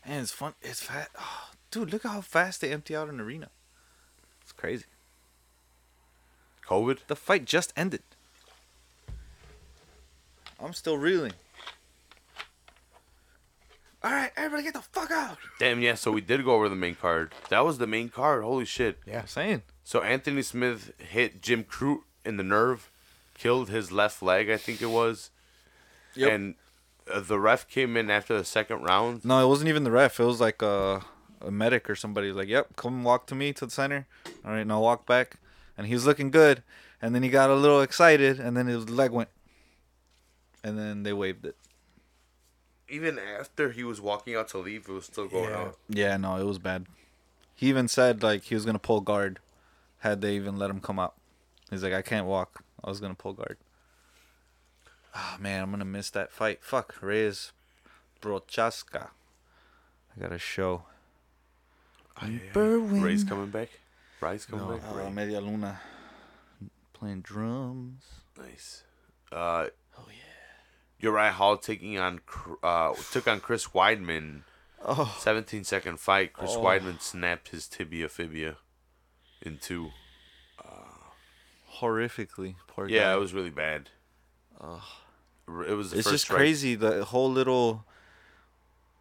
S4: And it's fun. It's fat. dude, look how fast they empty out an arena. It's crazy.
S1: COVID?
S4: The fight just ended. I'm still reeling. All right, everybody get the fuck out.
S1: Damn, yeah. So we did go over the main card. That was the main card. Holy shit.
S3: Yeah.
S4: I'm saying.
S1: So Anthony Smith hit Jim Crute in the nerve, killed his left leg, I think it was.
S4: Yep.
S1: And uh, the ref came in after the second round.
S4: No, it wasn't even the ref. It was like a, a medic or somebody. Like, yep, come walk to me to the center. All right, now walk back. And he was looking good. And then he got a little excited. And then his leg went. And then they waved it.
S1: Even after he was walking out to leave, it was still going
S8: Yeah.
S1: on.
S4: Yeah, no, it was bad. He even said like he was gonna pull guard, had they even let him come out. He's like, I can't walk. I was gonna pull guard. Ah man, I'm gonna miss that fight. Fuck Reyes, Brochaska. I got a show. Berwin.
S1: Ray's coming back. Ray's coming back.
S4: Uh, Media Luna playing drums.
S1: Nice. Uh, oh yeah. Uriah Hall taking on Cr- uh, took on Chris Weidman. Oh. 17 second fight. Chris Weidman snapped his tibia fibia in two.
S4: Horrifically, poor guy.
S1: Yeah, it was really bad. R- It was the
S4: it's
S1: first
S4: just
S1: strike.
S4: crazy the whole little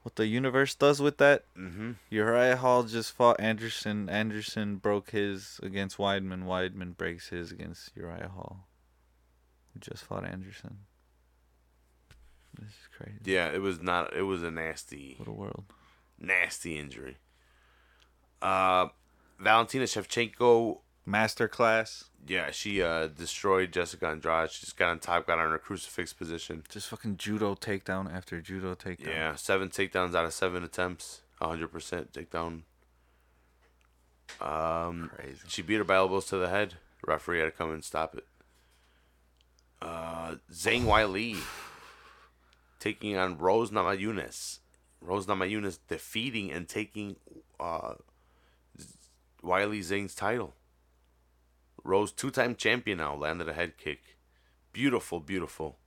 S4: what the universe does with that. Mm-hmm. Uriah Hall just fought Anderson. Anderson broke his against Weidman. Weidman breaks his against Uriah Hall. Who just fought Anderson. This is crazy.
S1: Yeah, it was not. It was a nasty,
S4: What a world.
S1: nasty injury. Uh, Valentina Shevchenko.
S4: Masterclass.
S1: Yeah, she uh destroyed Jessica Andrade. She just got on top, got on her crucifix position.
S4: Just fucking judo takedown after judo takedown.
S1: Yeah, seven takedowns out of seven attempts, 100% takedown. Um,
S4: Crazy.
S1: She beat her by elbows to the head. Referee had to come and stop it. Uh, Zhang Wai Li taking on Rose Namajunas. Rose Namajunas defeating and taking uh, Wiley Zhang's title. Rose, two-time champion now, landed a head kick. Beautiful, beautiful.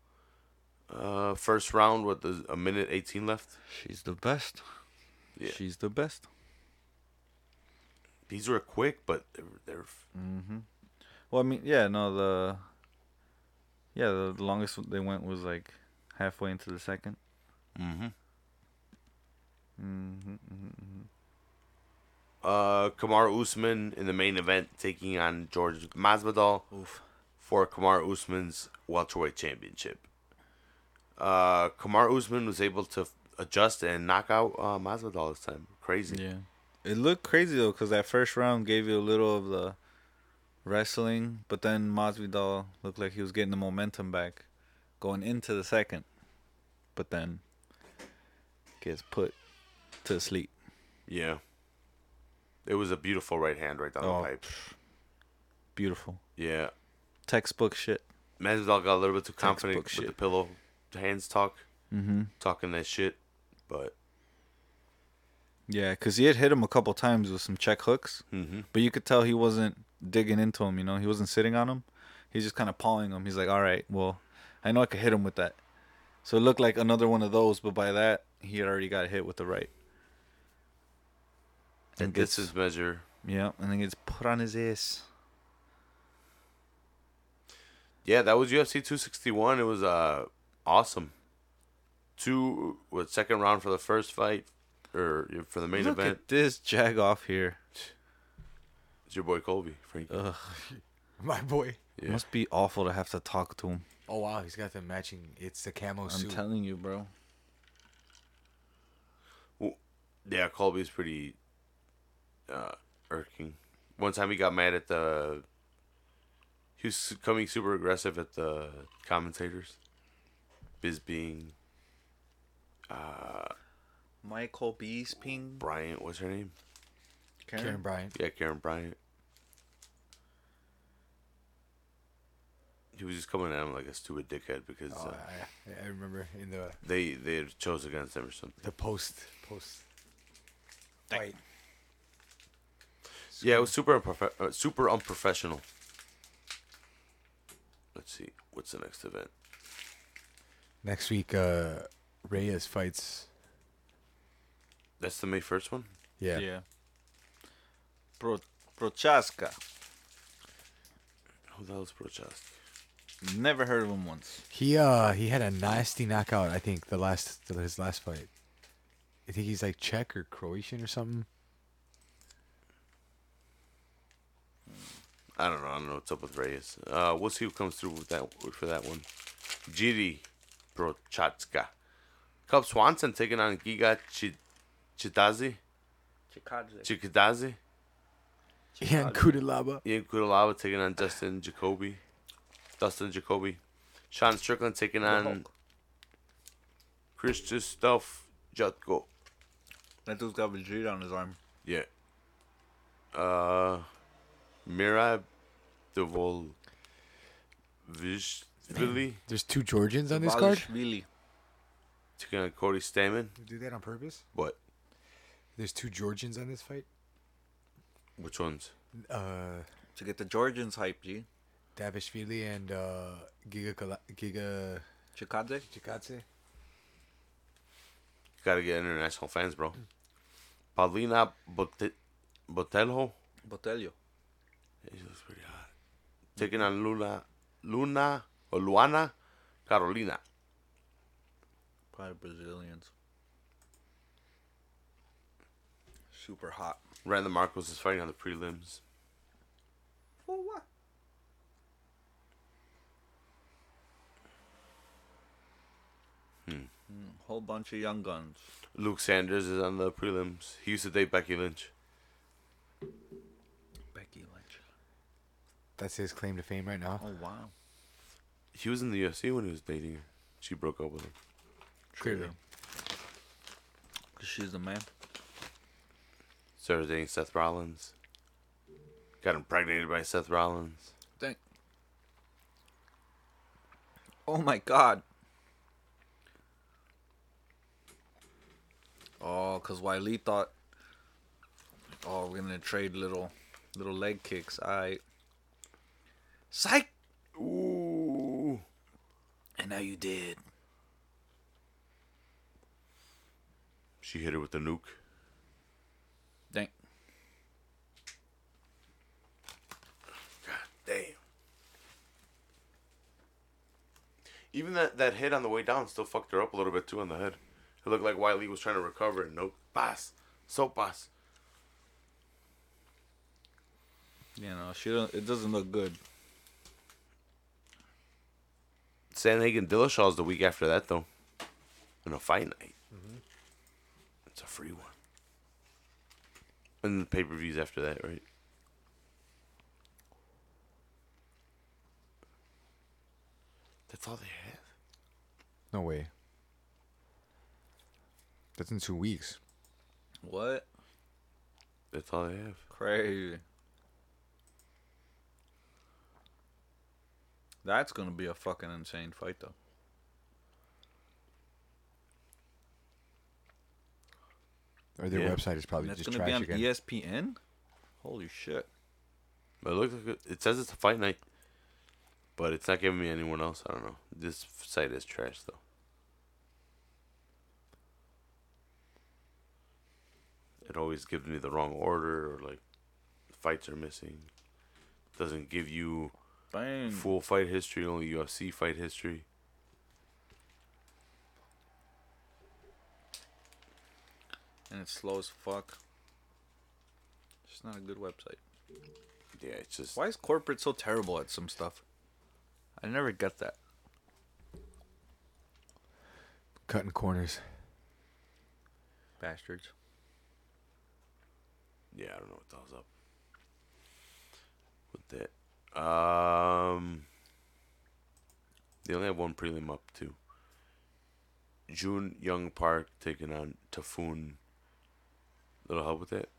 S1: Uh, first round with a, a minute 18 left.
S4: She's the best.
S1: Yeah.
S4: She's the best.
S1: These were quick, but they're, they're
S4: Well, I mean, yeah, no, the yeah, the longest they went was like halfway into the second.
S1: uh Kamar Usman in the main event taking on George Masvidal for Kamar Usman's welterweight championship. Uh, Kamar Usman was able to f- adjust and knock out uh, Masvidal this time. Crazy.
S4: Yeah. It looked crazy though, cause that first round gave you a little of the wrestling, but then Masvidal looked like he was getting the momentum back going into the second, but then gets put to sleep.
S1: Yeah. It was a beautiful right hand right down
S4: Oh,
S1: the pipe.
S4: Beautiful.
S1: Yeah.
S4: Textbook shit.
S1: Masvidal got a little bit too confident
S4: Textbook
S1: with the
S4: shit.
S1: pillow hands talk, mm-hmm. talking that shit. But
S4: Yeah, because he had hit him a couple times with some check hooks,
S1: Mhm.
S4: but you could tell he wasn't digging into him. You know, he wasn't sitting on him. He's just kind of pawing him. He's like, "All right, well, I know I could hit him with that." So it looked like another one of those, but by that he had already got hit with the right.
S1: at
S4: gets-
S1: this is measure.
S4: Yeah, and then gets put on his ass.
S1: Yeah, that was UFC 261. It was uh awesome. Two what second round for the first fight or for the main
S4: Look
S1: event.
S4: at this jag off here.
S1: It's your boy Colby Frank.
S3: My boy.
S1: Yeah.
S4: Must be awful to have to talk to him.
S3: Oh wow, he's got the matching. It's the camo
S4: I'm
S3: suit.
S4: telling you, bro.
S1: Well, yeah, Colby's pretty uh, irking. One time he got mad at the. He was su- coming super aggressive at the commentators. Biz being
S4: Michael Bisping.
S1: Bryant, what's her name?
S3: Karen Bryant.
S1: Yeah, Karen Bryant. He was just coming at him like a stupid dickhead because
S3: Oh,
S1: uh,
S3: I, I remember in the
S1: they they had chose against him or something.
S3: the post post fight.
S1: Yeah, it was super unprof- uh, super unprofessional. Let's see, what's the next event?
S3: Next week, uh, Reyes fights.
S1: That's the May first one.
S3: Yeah.
S4: Yeah. Pro Prochaska.
S1: Who the hell's Prochaska?
S4: Never heard of him once.
S3: He uh he had a nasty knockout. I think the last his last fight. I think he's like Czech or Croatian or something.
S1: I don't know. I don't know what's up with Reyes. Uh, we'll see who comes through with that for that one. Jiri Prochazka. Cub Swanson taking on Giga Ch- Chitazi. Chikadazi.
S3: Yeah, Kudalaba.
S1: Ian Kudalaba taking on Dustin Jacoby. Dustin Jacoby. Sean Strickland taking on Krzysztof Jutko.
S4: That dude's got Vegeta on his arm.
S1: Yeah. Uh, Mira Devol. Vishvili.
S3: There's two Georgians on this card.
S4: Really?
S1: Taking on Cody Stamen.
S3: Do that on purpose?
S1: What?
S3: There's two Georgians on this fight.
S1: Which ones?
S3: Uh,
S4: To get the Georgians hype, G.
S3: Davishvili and uh, Giga Kala- Giga
S4: Chikadze?
S3: Chikadze.
S1: Gotta get international fans, bro. Paulina Bote- Botelho.
S4: Botelho.
S1: Yeah, She looks pretty hot. Taking on Luna, Luna or Luana Carolina.
S4: Probably Brazilians. Super hot.
S1: Randa Marcos is fighting on the prelims.
S4: For what? Hmm. Whole bunch of young guns.
S1: Luke Sanders is on the prelims. He used to date Becky Lynch.
S4: Becky Lynch.
S3: That's his claim to fame right now.
S4: Oh wow.
S1: He was in the UFC when he was dating her. She broke up with him.
S3: Clearly.
S4: Cause she's the man.
S1: Started dating Seth Rollins. Got impregnated by Seth Rollins.
S4: Thank. Oh my god. Oh, cause Wiley thought, oh, we're gonna trade little, little leg kicks. I. Psych.
S1: Ooh.
S4: And now you did.
S1: She hit her with the nuke.
S4: Dang.
S1: God damn. Even that, that hit on the way down still fucked her up a little bit too on the head. It looked like Wiley was trying to recover and nope. Pass. So pass.
S4: You know, she don't, it doesn't look good.
S1: Sandhagen Dillashaw's the week after that though. In a fight night. It's a free one. And the pay per views after that, right? That's all they had.
S3: No way. That's in two weeks.
S4: What?
S1: That's all they have.
S4: Crazy. That's gonna be a fucking insane fight, though.
S3: Or their
S1: Yeah.
S3: website is probably
S4: And that's
S3: just
S4: gonna be
S3: trash
S4: on E
S3: again.
S4: ESPN. Holy shit!
S1: But it looks like it, it says it's a fight night, but it's not giving me anyone else. I don't know. This site is trash though. It always gives me the wrong order or like fights are missing. Doesn't give you
S4: Bang.
S1: full fight history, only UFC fight history.
S4: And it's slow as fuck. It's not a good website.
S1: Yeah, it's just
S4: Why is corporate so terrible at some stuff? I never get that.
S3: Cutting corners.
S4: Bastards.
S1: yeah, I don't know what the hell's up with that. Um, they only have one prelim up too. June Young Park taking on Typhoon. Little help with that.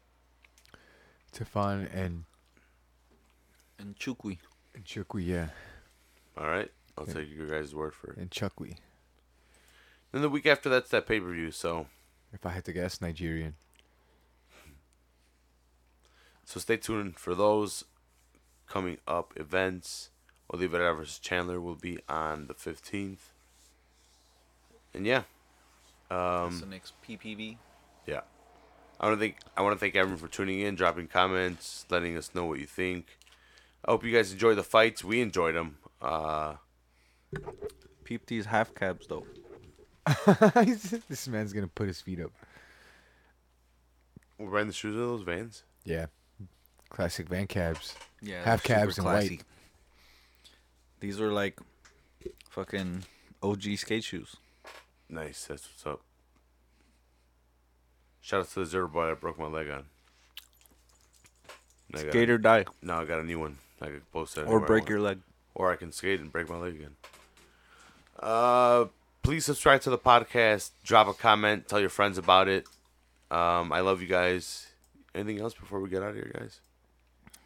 S3: Tefan and
S4: And Chukwi.
S3: Chukwi, yeah.
S1: All right, I'll take your guys' word for it.
S3: And Chukwi.
S1: Then the week after that's that pay per view. So
S3: If I had to guess, Nigerian.
S1: so stay tuned for those coming up events. Oliveira versus Chandler will be on the fifteenth. And yeah,
S3: Um,
S4: That's the next PPV.
S1: Yeah. I want to thank I want to thank everyone for tuning in, dropping comments, letting us know what you think. I hope you guys enjoy the fights. We enjoyed them. Uh,
S4: Peep these half cabs though.
S3: this man's gonna put his feet up.
S1: we're wearing the shoes of those vans.
S3: Yeah. Classic van cabs.
S4: Yeah.
S3: Half
S4: they're
S3: cabs
S4: super
S3: and white.
S4: classy. These were like fucking OG skate shoes.
S1: Nice. That's what's up. Shout out to the Zero Boy I broke my leg on. And I got a-
S4: Skate or die.
S1: No, I got a new one. I could post that.
S4: Or
S1: anywhere I
S4: break
S1: want.
S4: your leg.
S1: or I can skate and break my leg again. Uh, please subscribe to the podcast. Drop a comment. Tell your friends about it. Um, I love you guys. Anything else before we get out of here, guys?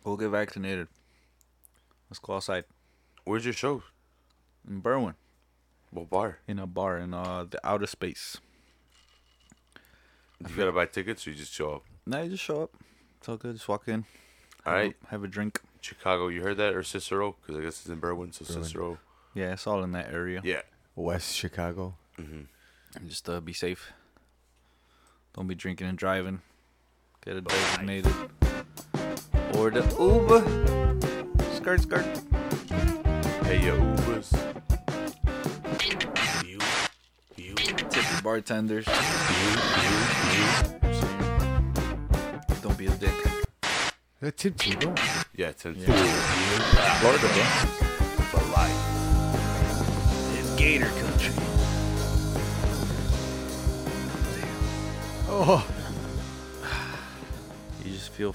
S4: Go get vaccinated. Let's go outside.
S1: Where's your show?
S4: In Berwyn.
S1: What bar?
S4: In a bar in uh the outer space.
S1: You gotta buy tickets or you just show up?
S4: Now you just show up. It's all good. Just walk in.
S1: All right,
S4: Have a drink.
S1: Chicago. You heard that or Cicero? Because I guess it's in Berwyn, so Cicero.
S4: Yeah, it's all in that area.
S1: Yeah.
S3: West Chicago.
S4: And just uh, be safe. Don't be drinking and driving. Get a designated. Or the Uber. Skirt, skirt.
S1: Hey, yo, Ubers.
S4: Tip the bartenders. Don't be a dick.
S3: Is that Tim Tebow?
S1: Yeah, it's in
S4: Florida dances for life. It's Gator country.
S3: Oh.
S4: You just feel